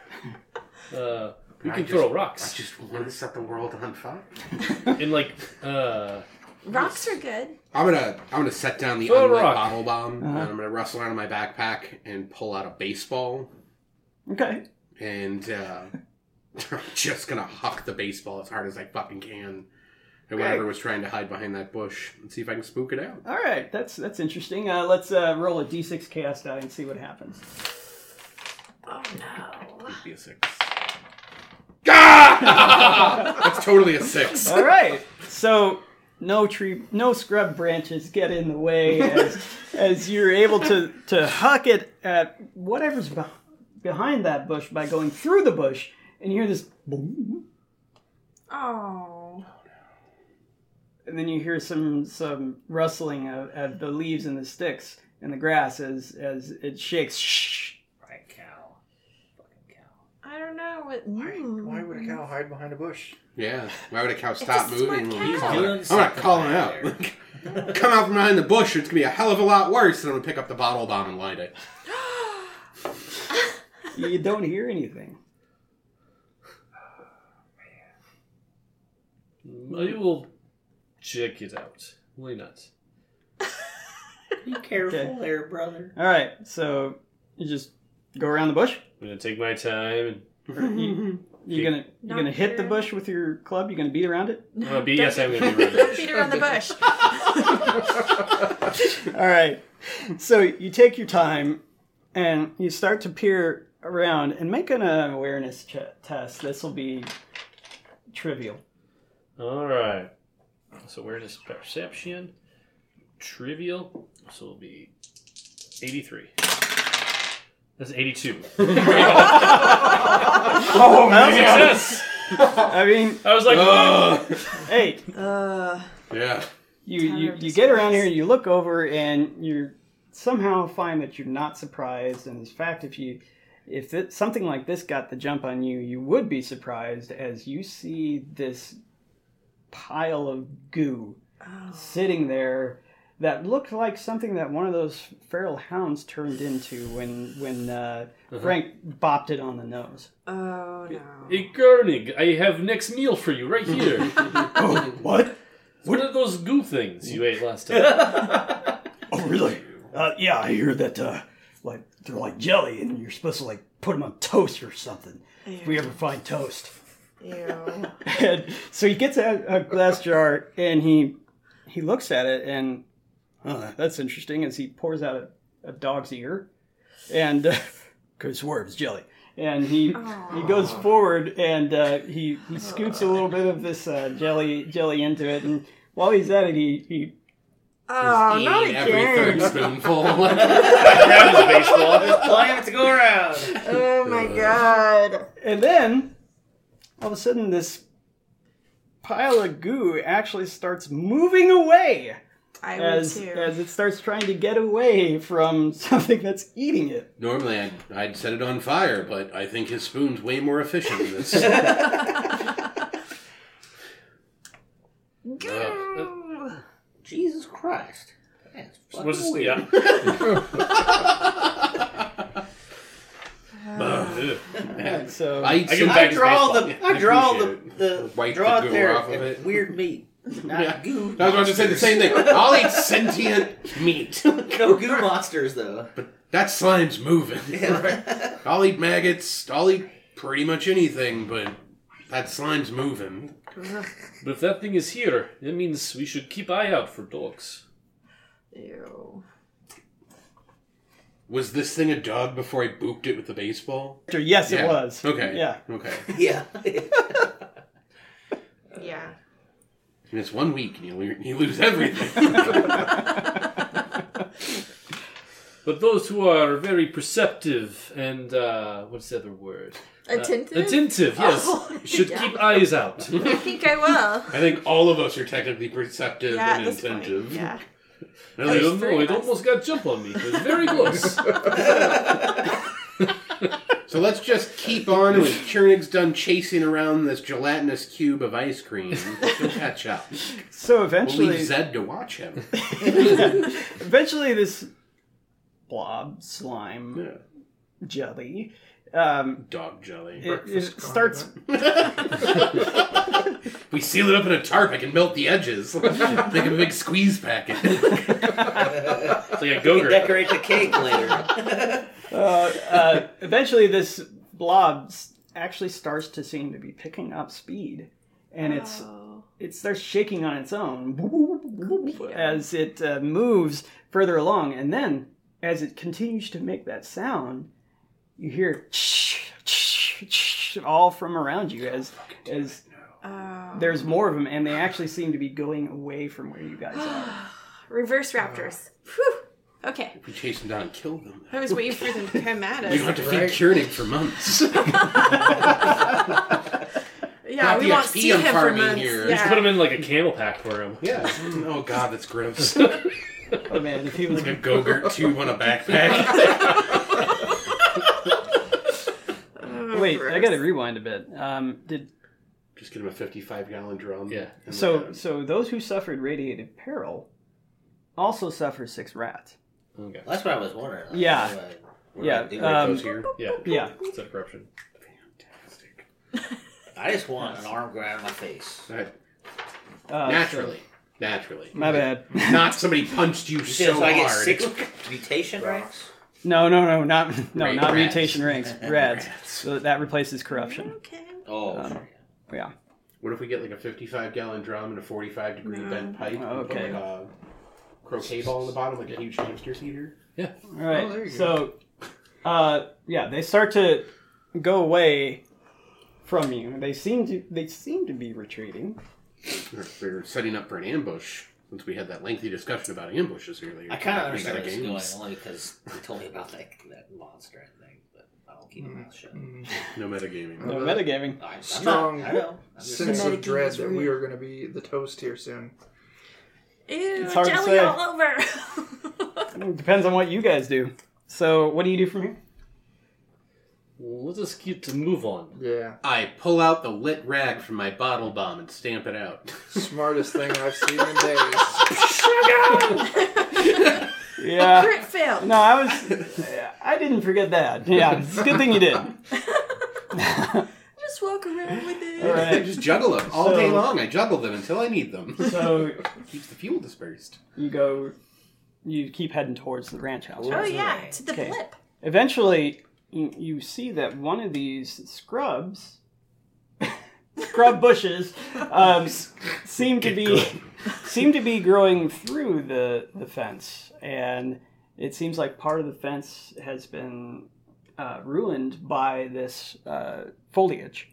Uh, we I can just- throw I rocks. just want to set the world on fire. In like, uh, Rocks are good. I'm gonna I'm gonna set down the Throw a unlit rock. bottle bomb, Uh-huh. and I'm gonna rustle out of my backpack and pull out a baseball, Okay. and uh, I'm just gonna huck the baseball as hard as I fucking can at whatever was trying to hide behind that bush, and see if I can spook it out. All right. That's that's interesting. Uh, let's uh, roll a d6 chaos die and see what happens. Oh no. Be a six. Ah! That's totally a six. All right. So no tree, no scrub branches get in the way as as you're able to to huck it at whatever's beh behind that bush by going through the bush and you hear this boom. Oh. and then you hear some some rustling of, of the leaves and the sticks and the grass as as it shakes. Shh. right, cow. Fucking cow. I don't know. What, Mm. Why, why would a cow hide behind a bush? Yeah. Why would a cow a stop smart moving when we cow. call Doing it? I'm not something calling out out. Come out from behind the bush. It's gonna be a hell of a lot worse. And I'm gonna pick up the bottle bomb and light it. You don't hear anything. I will check it out. Why not? Be careful Okay. there, brother. All right, so you just go around the bush. I'm gonna take my time and You're gonna you're gonna hit the bush with your club. You're gonna beat around it. I'm gonna be, yes, I'm gonna be running. Don't beat around the bush. All right, so you take your time and you start to peer around and make an uh, awareness ch- test. This will be trivial. All right. So where is perception? Trivial. So it'll be 83. That's 82. Oh, Success! I mean, I was like, Uh. Ugh. hey, Uh, yeah. you, Tower you, of you get around Disguise. here, you look over, and you somehow find that you're not surprised. And in fact, if you if it, something like this got the jump on you, you would be surprised as you see this pile of goo sitting there that looked like something that one of those feral hounds turned into when when uh, Frank bopped it on the nose. oh no. hey, Koenig, I have next meal for you right here. What? what are those goo things you ate last time? Oh, really? Uh, yeah, I hear that. Uh, like they're like jelly, and you're supposed to like put them on toast or something. If we ever find toast. Ew. And so he gets a, a glass jar and he he looks at it and uh, that's interesting as he pours out a, a dog's ear and uh, could swear it was jelly and he he Oh, goes forward and uh, he he scoots a little bit of this uh, jelly jelly into it and while he's at it he, he Oh, Eating not every third again. spoonful. Grab his baseball. Plenty of it to go around. Oh my god. and then all of a sudden this pile of goo actually starts moving away I would as too. as it starts trying to get away from something that's eating it. Normally, I'd, I'd set it on fire, but I think his spoon's way more efficient than this. Goo. Jesus Christ. That's fucking What's this? weird. Yeah. Ugh. And so I, I give I- I back his draw baseball. the I draw the appreciate the Wipe the draw goo there off of it. weird meat. Not Yeah. goo. I was about to say the same thing. I'll eat sentient meat. No goo monsters though. That slime's moving. I'll eat maggots. I'll eat pretty much anything, but that slime's moving. But if that thing is here, that means we should keep eye out for dogs. Ew. Was this thing a dog before I booped it with the baseball? yes, Yeah. it was. Okay. Yeah. Okay. Yeah. Uh, Yeah. And it's one week and you, lo- you lose everything. But those who are very perceptive and uh, what's the other word? Uh, Attentive? Attentive, yes, Oh, should yeah. keep eyes out. I think I will. I think all of us are technically perceptive Yeah, at and this point. incentive. Yeah. At I least- don't know. three It of us. almost got jump on me. It was very close. So let's just keep on and when Chernig's done chasing around this gelatinous cube of ice cream. He'll catch up. So We'll eventually, leave Zed to watch him. eventually, this blob slime Yeah. jelly. Um, Dog jelly. it, it starts We seal it up in a tarp. I can melt the edges. Make a big squeeze packet. It's like a You can gogurt. decorate the cake later. uh, uh, eventually this blob s- actually starts to seem to be picking up speed and it's Oh. it starts shaking on its own as it uh, moves further along and then as it continues to make that sound you hear all from around you as as Oh. there's more of them and they actually seem to be going away from where you guys are Reverse raptors. Phew. Okay. We chase them down and kill them. I was waiting for them to come at We don't have us. to Right. feed Koenig for months. Yeah, Got we the won't XP see I'm him for farming months. here. Just put Yeah. them in like a camel pack for him. yeah. Oh god, that's gross. oh man if he was like a go-gurt tube on a backpack. Oh, wait i gross. gotta rewind a bit um did Just get him a 55 gallon drum. Yeah. And we're So, done. so those who suffered radiated peril also suffer six rats. Okay. That's what I was wondering. Like, Yeah. what do I- what do Yeah, I do? uh, um, Those here. Yeah. Yeah. It's a corruption. um, I just want an arm grab on my face. All right. Uh, Naturally. Naturally. so- my bad. Not somebody punched you You so, said, so I get hard. six mutation ranks. No, no, no, not no, Ra- not rats. mutation ranks. Rats. Rats. So that replaces corruption. Okay. Oh, Um, sure, Yeah. What if we get like a 55 gallon drum and a 45 degree No. bent pipe? and put, Okay. like, a croquet ball in the bottom, like a huge hamster feeder? All right. Oh, there you so, uh, yeah, they start to go away from you. They seem to they seem to be retreating. Or if They're setting up for an ambush. Since we had that lengthy discussion about ambushes earlier. yeah. I kind of We got understand a where this is game. going only because they told me about that, that monster and thing, but I'll keep my mouth Mm-hmm. shut. No metagaming. No Uh, metagaming. I, I'm Strong Not, I know. I'm just Sense saying. of dread that we are going to be the toast here soon. Ew, It's hard to jelly say. all over. Depends on what you guys do. So, what do you do from here? Let us keep to move on. Yeah, I pull out the lit rag from my bottle bomb and stamp it out. smartest thing I've seen in days. Yeah. Crit failed. No, I was. I didn't forget that. Yeah, it's a good thing you did. Just walk around with it. All I right. just juggle them all So- day long. I juggle them until I need them. So Keeps the fuel dispersed. you go you keep heading towards the ranch house. Oh right? yeah, to the Okay. blip. Eventually, you, you see that one of these scrubs, scrub bushes, um, seem to be seem to be growing through the the fence, and it seems like part of the fence has been uh, ruined by this uh, foliage.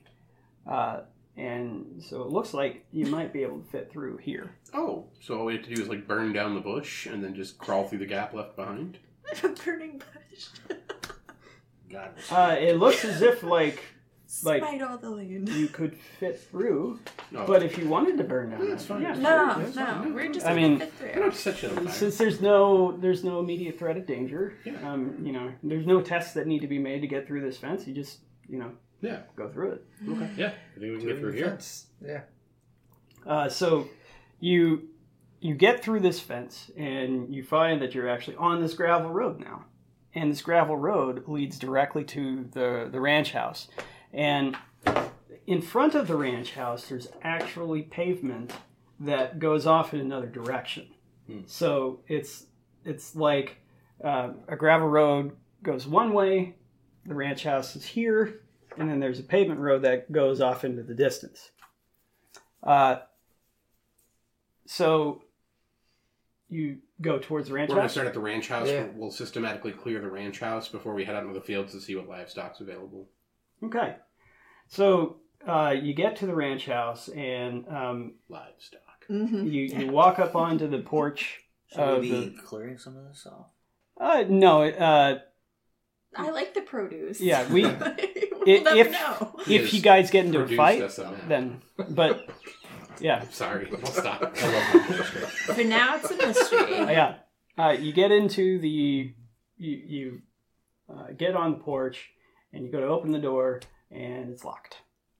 Uh, and so it looks like you might be able to fit through here. Oh, so all we have to do is like burn down the bush and then just crawl through the gap left behind. A burning bush. God. Uh, it looks as if like Like- Spite all the land. you could fit through, No, but if you wanted to burn down, Yeah, it's fine. yeah, No, That's no, fine. we're just I gonna mean- fit I through. don't touch it. on fire. Since there's no there's no immediate threat of danger, Yeah. um, you know, there's no tests that need to be made to get through this fence. You just you know Yeah. go through it. Okay. Yeah, I think we can get through here. Fence. Yeah. Uh, so you you get through this fence and you find that you're actually on this gravel road now, and this gravel road leads directly to the the ranch house, and in front of the ranch house there's actually pavement that goes off in another direction. Hmm. So it's it's like uh, a gravel road goes one way, the ranch house is here, and then there's a pavement road that goes off into the distance. Uh, so you go towards the ranch We're gonna house. start at the ranch house. Yeah. We'll systematically clear the ranch house before we head out into the fields to see what livestock's available. Okay, so uh, you get to the ranch house and um, Livestock. Mm-hmm. you, you walk up onto the porch. Should Uh, we be the- clearing some of this off? Uh, no, uh, I like the produce. Yeah, we- we'll If- never if- know. He if has you guys get into a produced fight, us a map. then but yeah, I'm sorry. I'll stop. I love that mystery. For now, it's a mystery. Uh, yeah. Uh, you get into the you you uh, get on the porch and you go to open the door and it's locked.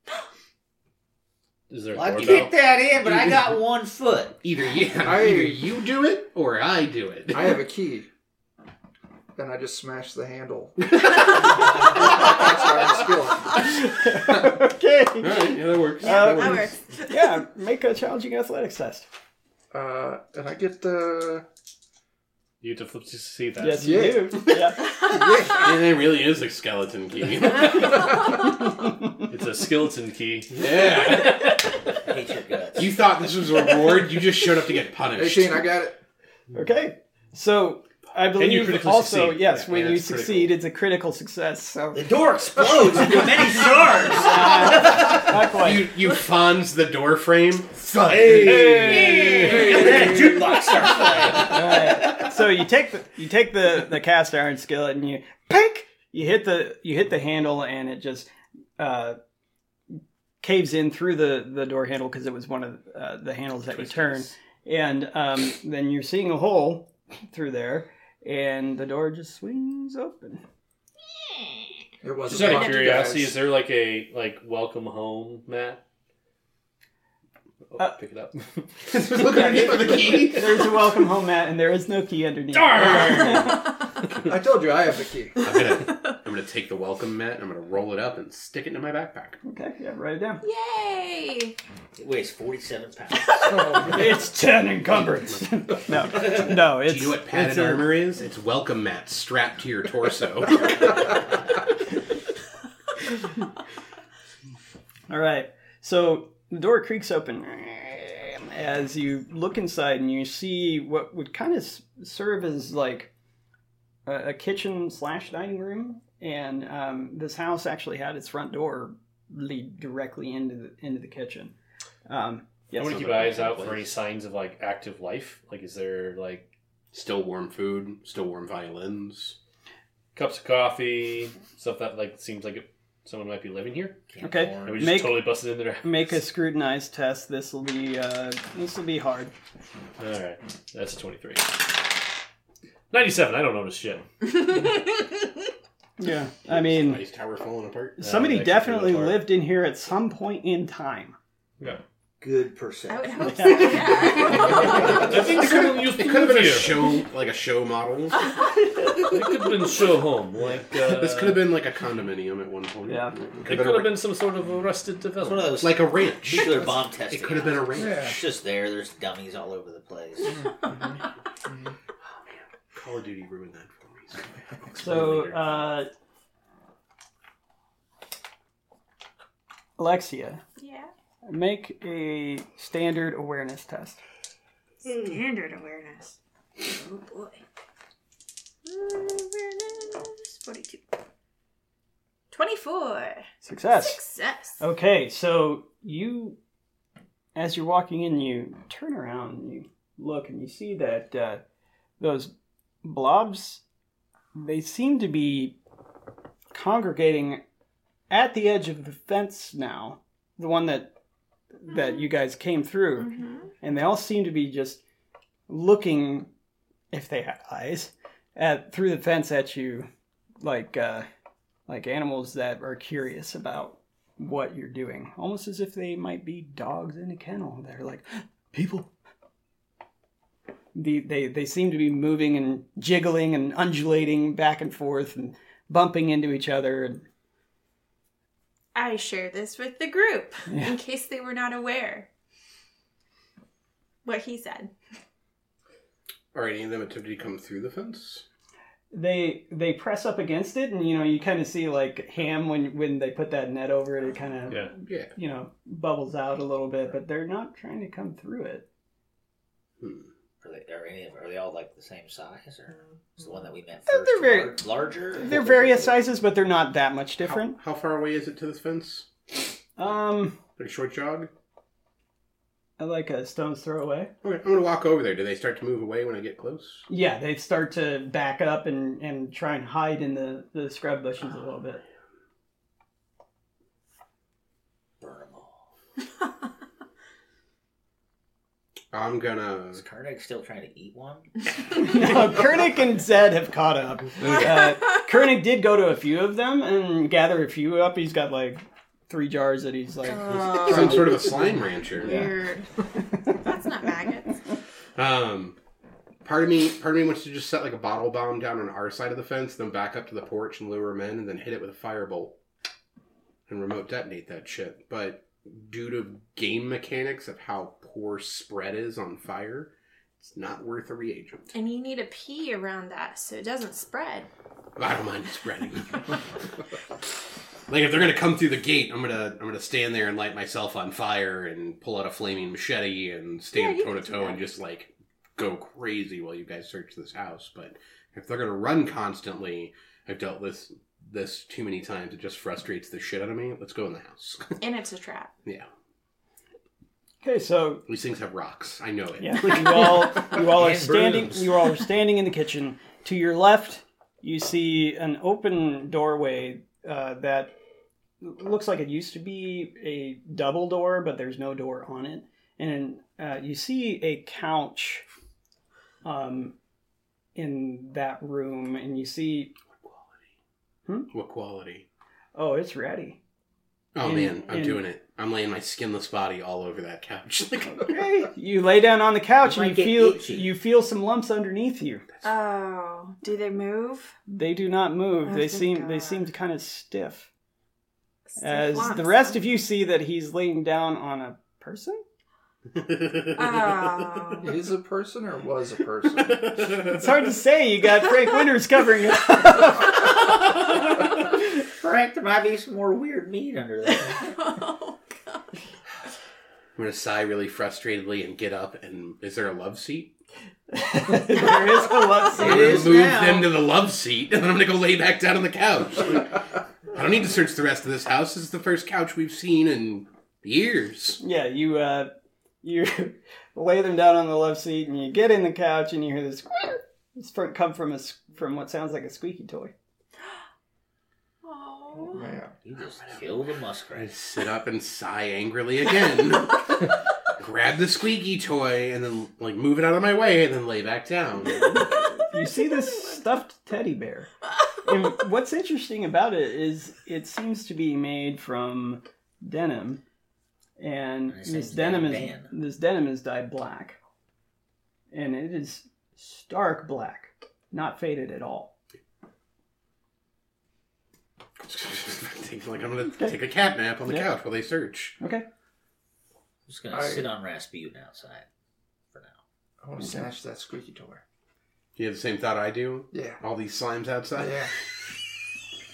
Is there a Well, I doorbell? kicked that in, but I got one foot. Either you, I- either you do it or I do it. I have a key. Then I just smash the handle. That's how I'm skilled. okay. All right, yeah, that works. Uh, Yeah, that works. Yeah, make a challenging athletics test. Uh, and I get the. You get to flip to see that. Yes, Yeah. you do. Yeah. And it really is a skeleton key. It's a skeleton key. yeah. Hate your guts. You thought this was a reward. You just showed up to get punished. 18, I got it. Okay. So I believe critically also succeed. yes, Yeah, when yeah, you it's critical. succeed, it's a critical success. So the door explodes into many shards. uh, not quite. You you fonz the door frame. and then Jude Lock starts playing. All right. So you take the you take the the cast iron skillet and you pick. You hit the you hit the handle and it just uh, caves in through the the door handle because it was one of uh, the handles that you turn. And um, then you're seeing a hole through there, and the door just swings open. It wasn't Just out of fun, curiosity, guys. is there like a like welcome home mat? Oh, Uh, pick it up. Look underneath for the key. There's a welcome home mat, and there is no key underneath. Darn! I told you I have the key. I'm gonna I'm gonna take the welcome mat. I'm gonna roll it up and stick it in my backpack. okay, yeah, write it down. Yay! It weighs 47 pounds. Oh, It's ten encumbrance. no, no, it's Do you know what it's padded a- armor is? It's welcome mat strapped to your torso. All right. So the door creaks open as you look inside and you see what would kind of s- serve as like a, a kitchen slash dining room. And um, this house actually had its front door lead directly into the into the kitchen. Um, I yes. want to keep my eyes out for any signs of like active life. Like, is there like still warm food. Still warm violins. cups of coffee, stuff that like seems like it, someone might be living here? Can't Okay. And afford we it. just Make- totally busted in there. Make a scrutinized test. This will be uh, this will be hard. All right, that's twenty three. Ninety-seven. I don't notice shit. Yeah. I mean, ice tower falling apart. Uh, somebody actually definitely really hard. lived in here at some point in time. Good I would percent. hope so. Yeah. I think someone used to It could have live been a here. show, like a show model. Uh, It could have been show home. Like uh, this could have been like a condominium at one point. Yeah. It It could could have have been been some sort of arrested It's one development. of a- those like a ranch. nuclear bomb testing. It could have been a ranch. Yeah. It's just there. There's dummies all over the place. Call of Duty ruined that for me. So I have to explain So, later. uh, Alexia, Yeah. make a standard awareness test. Standard awareness. Oh boy. Awareness 42. 24. Success. Success. Okay, so you, as you're walking in, you turn around and you look and you see that uh, those blobs, they seem to be congregating at the edge of the fence now, the one that that you guys came through, Mhm. and they all seem to be just looking, if they have eyes, at through the fence at you, like uh, like animals that are curious about what you're doing, almost as if they might be dogs in a kennel. They're like, people. The, they they seem to be moving and jiggling and undulating back and forth and bumping into each other. And I share this with the group Yeah. in case they were not aware. What he said. Are any of them attempting to come through the fence? they they press up against it, and you know you kind of see like ham when when they put that net over it, it kind of Yeah. Yeah. you know bubbles out a little bit, but they're not trying to come through it. Hmm. Are they, are, any of, are they all like the same size, or is the one that we met They're- 1st they're very- larger? They're various sizes, but they're not that much different. How, how far away is it to this fence? Um, Like a short jog? like a stone's throw away. Okay, I'm gonna walk over there. Do they start to move away when I get close? Yeah, they start to back up and, and try and hide in the, the scrub bushes a little bit. Burn them all. I'm gonna. Is Karnak still trying to eat one? now, Koenig and Zed have caught up. Uh, Koenig did go to a few of them and gather a few up. He's got like three jars that he's like. Some Oh, sort of a slime rancher. weird. That's not maggots. Um, part of me, part of me wants to just set like a bottle bomb down on our side of the fence, then back up to the porch and lure him in, and then hit it with a firebolt and remote detonate that shit. But due to game mechanics of how poor spread is on fire, it's not worth a reagent. And you need a pea around that so it doesn't spread. I don't mind spreading. like if they're gonna come through the gate, I'm gonna I'm gonna stand there and light myself on fire and pull out a flaming machete and stand Yeah, you toe to can do toe that. and just like go crazy while you guys search this house. But if they're gonna run constantly, I've dealt with this too many times. It just frustrates the shit out of me. Let's go in the house. And it's a trap. yeah, Okay, so these things have rocks. I know it. yeah, you all you all are And standing. brooms. You all are standing in the kitchen. To your left, you see an open doorway uh, that looks like it used to be a double door, but there's no door on it. And uh, you see a couch um, in that room, and you see, Hmm? What quality? oh, it's ready. Oh And- man, I'm and- doing it. I'm laying my skinless body all over that couch. Like, Okay. You lay down on the couch, You and you might get feel itchy. you feel some lumps underneath you. Oh, do they move? They do not move. Oh, they thank seem they God. seem kind of stiff. As Uh, the rest of you see that he's laying down on a person? Oh. Is a person or was a person? It's hard to say. You got Frank Winters covering it. up. Frank, there might be some more weird meat under there. oh, God. I'm gonna sigh really frustratedly and get up. And is there a love seat? there is a love I'm It gonna scene. is move now. them to the love seat, and then I'm gonna go lay back down on the couch. I don't need to search the rest of this house. This is the first couch we've seen in years. Yeah, you uh, you lay them down on the love seat, and you get in the couch, and you hear this. It's fr- come from a s- from what sounds like a squeaky toy. Oh. Man. You just killed a muskrat. I sit up and sigh angrily again. Grab the squeaky toy and then like move it out of my way, and then lay back down. You see this stuffed teddy bear. And what's interesting about it is it seems to be made from denim, and And it this says denim is Dan. this denim is dyed black, and it is stark black, not faded at all. Take- like I'm gonna take a cat nap on the Yeah. couch while they search. Okay. I'm just gonna I- sit on Rasputin outside for now. I want to snatch that squeaky toy. You have the same thought I do? Yeah. Uh, All these slimes outside?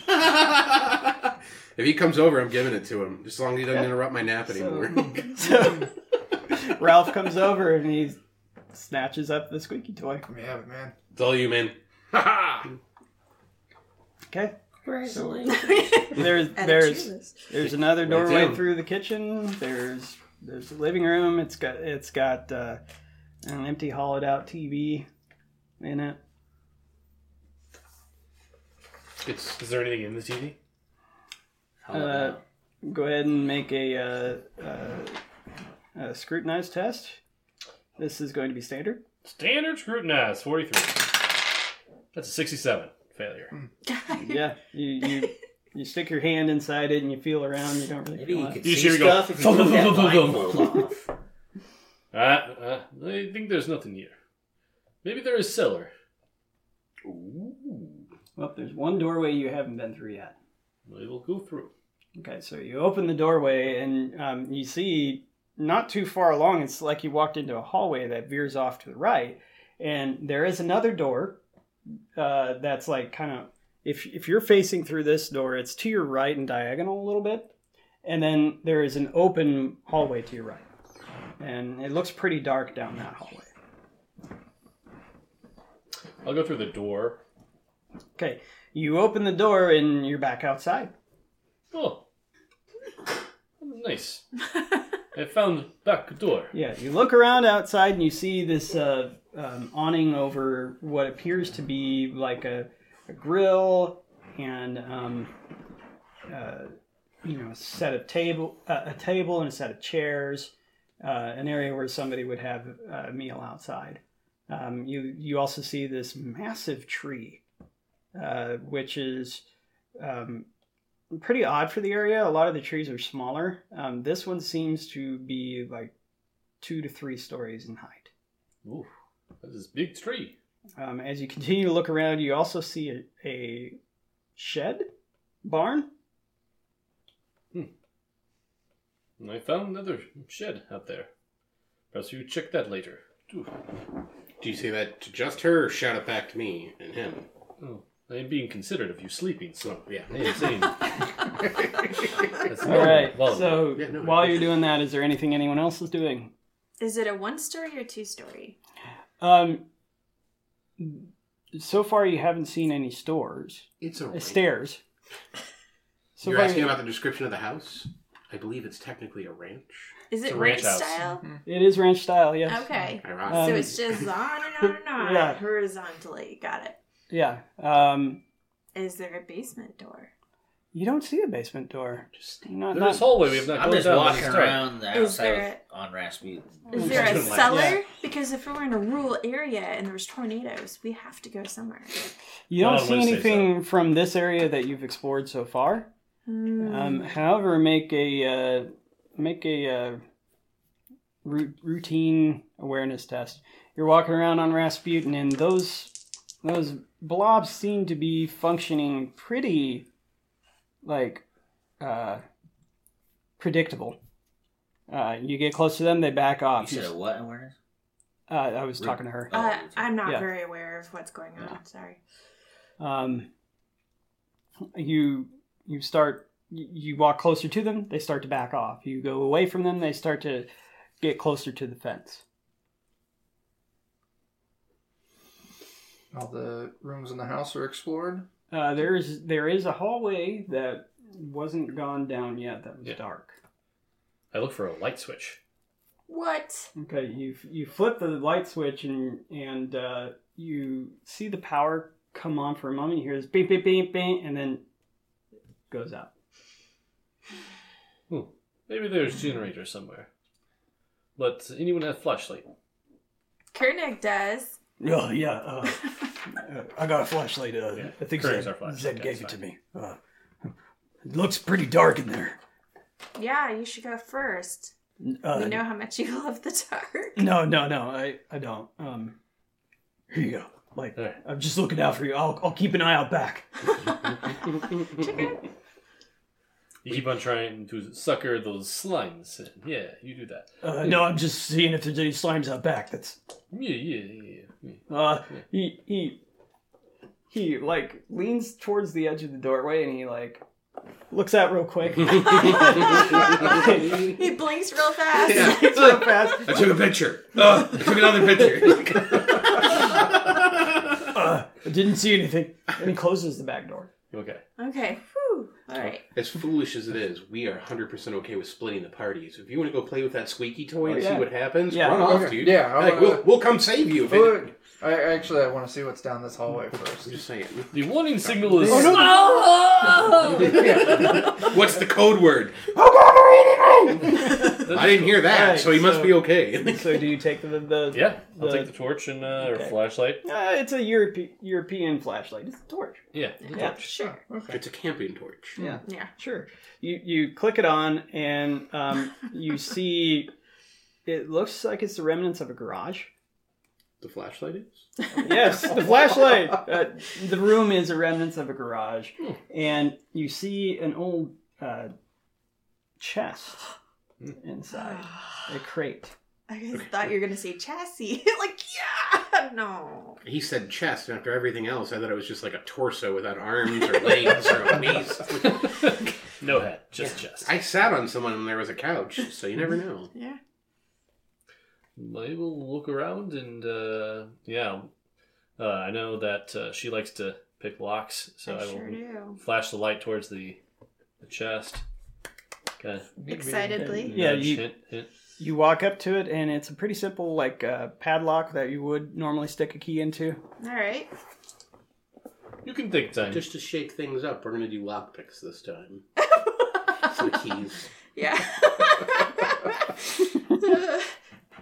Yeah. if he comes over, I'm giving it to him. Just as long as he doesn't Yeah. interrupt my nap anymore. So, so Ralph comes over and he snatches up the squeaky toy. Let me have it, man. it's all you, man. Ha ha! Okay. Congratulations. There's Add a there's cheer list. There's another Right doorway down. through the kitchen. There's there's the living room. It's got it's got uh, an empty hollowed out TV in it. It's Is there anything in the TV? Uh, How about that? Go ahead and make a, uh, uh, a scrutinized test. This is going to be standard. Standard scrutinized, 43. That's a 67. Hmm. Failure. Yeah, you you, you stick your hand inside it and you feel around. You don't really. Maybe feel you it. could You see should go, stuff if you "Thump, took that thump, thump, thump, blindfold off. Uh, uh, I think there's nothing here. Maybe there is cellar. Well, there's one doorway you haven't been through yet. We will go through. Okay, so you open the doorway and um, you see not too far along, it's like you walked into a hallway that veers off to the right, and there is another door uh, that's like kind of if if you're facing through this door, it's to your right and diagonal a little bit, and then there is an open hallway to your right, and it looks pretty dark down that hallway. I'll go through the door. Okay, you open the door and you're back outside. Oh. Nice. I found back door. Yeah, you look around outside and you see this uh, um, awning over what appears to be like a, a grill and um, uh, you know a set of table, uh, a table and a set of chairs, uh, an area where somebody would have a meal outside. Um, you you also see this massive tree, uh, which is um, pretty odd for the area. A lot of the trees are smaller. Um, this one seems to be like two to three stories in height. Ooh, that's this big tree. Um, as you continue to look around, you also see a, a shed, barn. And I found another shed out there. Perhaps you check that later. Ooh. Do you say that to just her or shout it back to me and him? Oh, I am being considerate of you sleeping, so Yeah. I am saying that's All right. normal. so Yeah, no, while no. you're doing that, is there anything anyone else is doing? Is it a one story or two story? Um, so far, you haven't seen any stores, It's a uh, ring. stairs. So You're far, asking about the description of the house? I believe it's technically a ranch. Is It's it a ranch ranch house. style? Mm-hmm. it is ranch style. Yes. Okay. Ironic. Um, so it's just on and on and on yeah. horizontally. Got it. Yeah. Um, Is there a basement door? you don't see a basement door. Just not, There's this not- hallway we have not I'm gone just down. walking Let's try. around the Is outside there with- on Rasputin. Is there a Something like- cellar? Yeah. Because if we were in a rural area and there was tornadoes, we have to go somewhere. You don't Not on see Wednesdays, anything from this area that you've explored so far. Hmm. Um, however, make a uh, make a uh, ru- routine awareness test. You're walking around on Rasputin, and those those blobs seem to be functioning pretty like uh, predictable. Uh, you get close to them, they back You off. said a what awareness? Uh, I was talking to her. uh, I'm not oh, Yeah. very aware of what's going on. Sorry. Um, you you start you- you walk closer to them, they start to back off. You go away from them, they start to get closer to the fence. All the rooms in the house are explored. Uh, there is there is a hallway that wasn't gone down yet. That was Yeah. dark. I look for a light switch. What? Okay, you you flip the light switch and and uh, you see the power come on for a moment. You hear this beep beep beep beep, and then it goes out. Hmm. Maybe there's generator somewhere. But anyone have flashlight? Koenig does. Oh yeah, uh, I got a flashlight. Uh, Yeah, I think Kurt's Zed- our flashlight, Zed okay, gave it's it to me. Uh, it looks pretty dark in there. Yeah, you should go first. Uh, we know how much you love the dark. No, no, no. I, I don't. Um, here you go. Like uh, All right. I'm just looking out for you. I'll, I'll keep an eye out back. Chicken. You keep on trying to sucker those slimes in. Yeah, you do that. Uh, no, I'm just seeing if there's any slimes out back. That's Yeah, yeah, yeah, yeah. uh, he he he like leans towards the edge of the doorway and he like looks out real quick. He blinks real fast. Yeah. He's real fast. I took a picture. Ugh, I took another picture. Uh, I didn't see anything. And he closes the back door. Okay. Okay. Whew. All right. as foolish as it is, we are 100% okay with splitting the parties. If you want to go play with that squeaky toy and Oh, Yeah. see what happens, Yeah. run off, Okay. dude. Yeah, I'll- Like, we'll, we'll come save you. If Oh, it, I actually I want to see what's down this hallway I'm first. just saying. The warning signal is. Oh, no. Oh! What's the code word? Oh, I didn't hear that, Right, so he must so- be okay. So do you take the the? Yeah, I'll The- take the torch and uh, or Okay. flashlight. Uh, it's a Europe- European flashlight. It's a torch. Yeah, the Yeah. torch. sure. Okay. it's a camping torch. Yeah. Yeah. Sure. You you click it on and um, you see it looks like it's the remnants of a garage. The flashlight is? Yes, the flashlight. Uh, the room is the remnants of a garage, Hmm. and you see an old uh, chest Hmm. inside a crate. I guess thought you were gonna say chassis. like, yeah, no. He said chest, and after everything else, I thought it was just like a torso without arms or legs or a waist. No head, just chest. I sat on someone and there was a couch, so you never know. Yeah. I will look around and uh, yeah, uh, I know that uh, she likes to pick locks, so I, I will sure do. flash the light towards the the chest. Okay. Excitedly. Yeah, you- hint, hint. You walk up to it, and it's a pretty simple like uh, padlock that you would normally stick a key into. All right. You can take time. Just to shake things up, we're gonna do lockpicks this time. Some keys. Yeah. All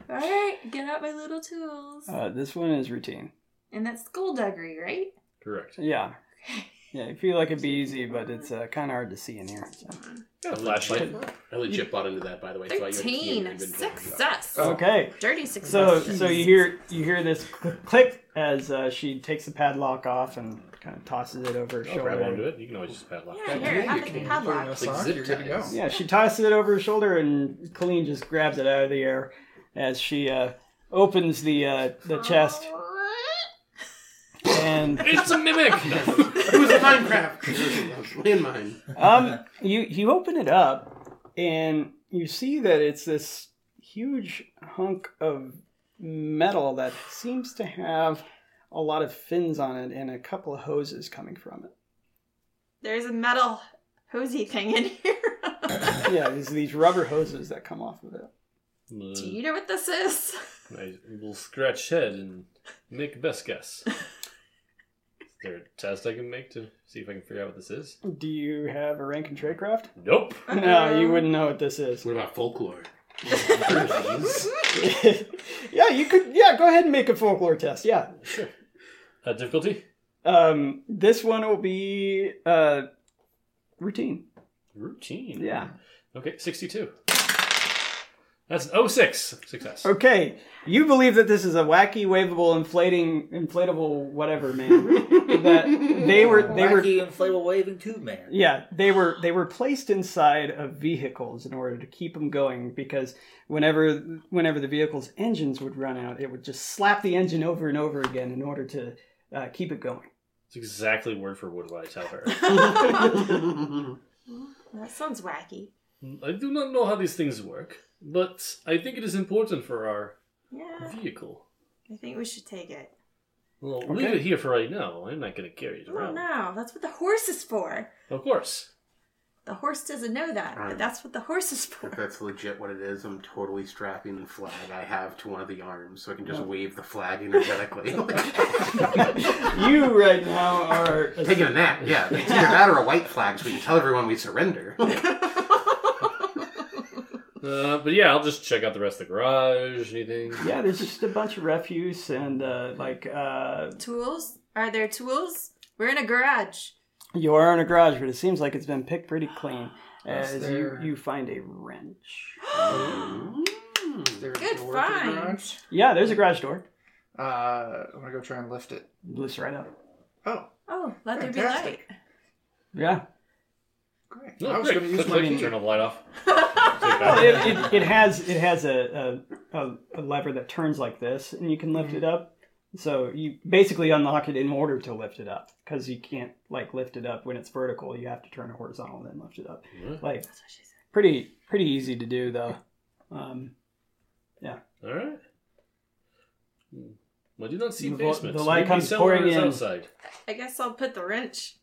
right. Get out my little tools. Uh, this one is routine. and that's skullduggery, right? Correct. Yeah. Yeah, I feel like it'd be easy, but it's uh, kind of hard to see in here. so. Got a I flashlight. legit- I legit bought into that, by the way. So I had a key in my Thirteen. inventory. Success. Oh. Okay, Dirty success. so so you hear you hear this cl- click as uh, she takes the padlock off and kind of tosses it over her I'll Oh, grab onto shoulder. it. You can always just padlock. Yeah, Yeah, here, you have the can. Putting a padlock. sock, zip you're good to go. ties. Yeah, she tosses it over her shoulder, and Colleen just grabs it out of the air as she uh, opens the uh, the Oh, chest and It's a mimic. it was a Minecraft landmine. um, you you open it up and you see that it's this huge hunk of metal that seems to have a lot of fins on it and a couple of hoses coming from it. There's a metal hosey thing in Mm. here. Yeah, these these rubber hoses that come off of it. Do you know what this is? I will scratch head and make a best guess. is there a test I can make to see if I can figure out what this is? Do you have a rank in tradecraft? Nope. No, Uh-huh. you wouldn't know what this is. What about folklore? yeah, you could. Yeah, go ahead and make a folklore test. Yeah. Sure. Uh, difficulty? Um, this one will be uh, routine. Routine. Yeah. Okay, 62. That's an 06 success. Okay, you believe that this is a wacky, waveable, inflating, inflatable, whatever man. that they were, Oh, they were, Wacky inflatable waving tube man. yeah, they were, they were placed inside of vehicles in order to keep them going because whenever, whenever the vehicle's engines would run out, it would just slap the engine over and over again in order to uh, keep it going. It's exactly word for word what I tell her. That sounds wacky. I do not know how these things work, but I think it is important for our Yeah, vehicle. I think we should take it. Well, leave Okay. Oh, it here for right now. I'm not going to carry it Well, around. no, that's what the horse is for. Of course. The horse doesn't know that, but that's what the horse is If for. that's legit what it is, I'm totally strapping the flag I have to one of the arms so I can just wave the flag energetically. You right now are Taking a nap, yeah. It's either that or a white flag so we can tell everyone we surrender. Uh, but yeah, I'll just check out the rest of the garage. Anything? Yeah, there's just a bunch of refuse and uh, like uh, Tools? Are there tools? We're in a garage. you are in a garage, but it seems like it's been picked pretty clean. Yes, As you, there. you find a wrench. Is there a Good door to the find. garage? Yeah, there's a garage door. Uh, I'm gonna go try and lift it. Lifts right up. Oh, Oh, let there be light. Fantastic. Yeah. Great. No, I was Oh, great. going to use Click, my click, key. Turn the light off. Take Oh. Well, that. it, it, it has it has a, a, a, a lever that turns like this, and you can lift Mm-hmm. it up. So you basically unlock it in order to lift it up because you can't like lift it up when it's vertical. You have to turn it horizontal and then lift it up. Yeah. Like That's what she said. pretty pretty easy to do though. Um, All right. Hmm. I do not see The vo- basements. the light Maybe comes somewhere pouring it's in. outside. I guess I'll put the wrench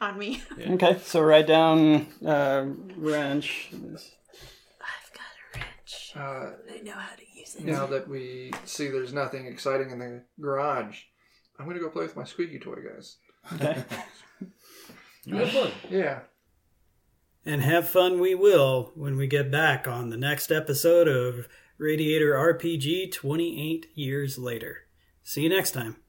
on me. Yeah. Okay, so write down uh, wrench. I've got a wrench. Uh, I know how to use it. now that we see there's nothing exciting in the garage, I'm going to go play with my squeaky toy, guys. Okay. You had fun. Yeah. And have fun we will when we get back on the next episode of Radiator RPG 28 years later. See you next time.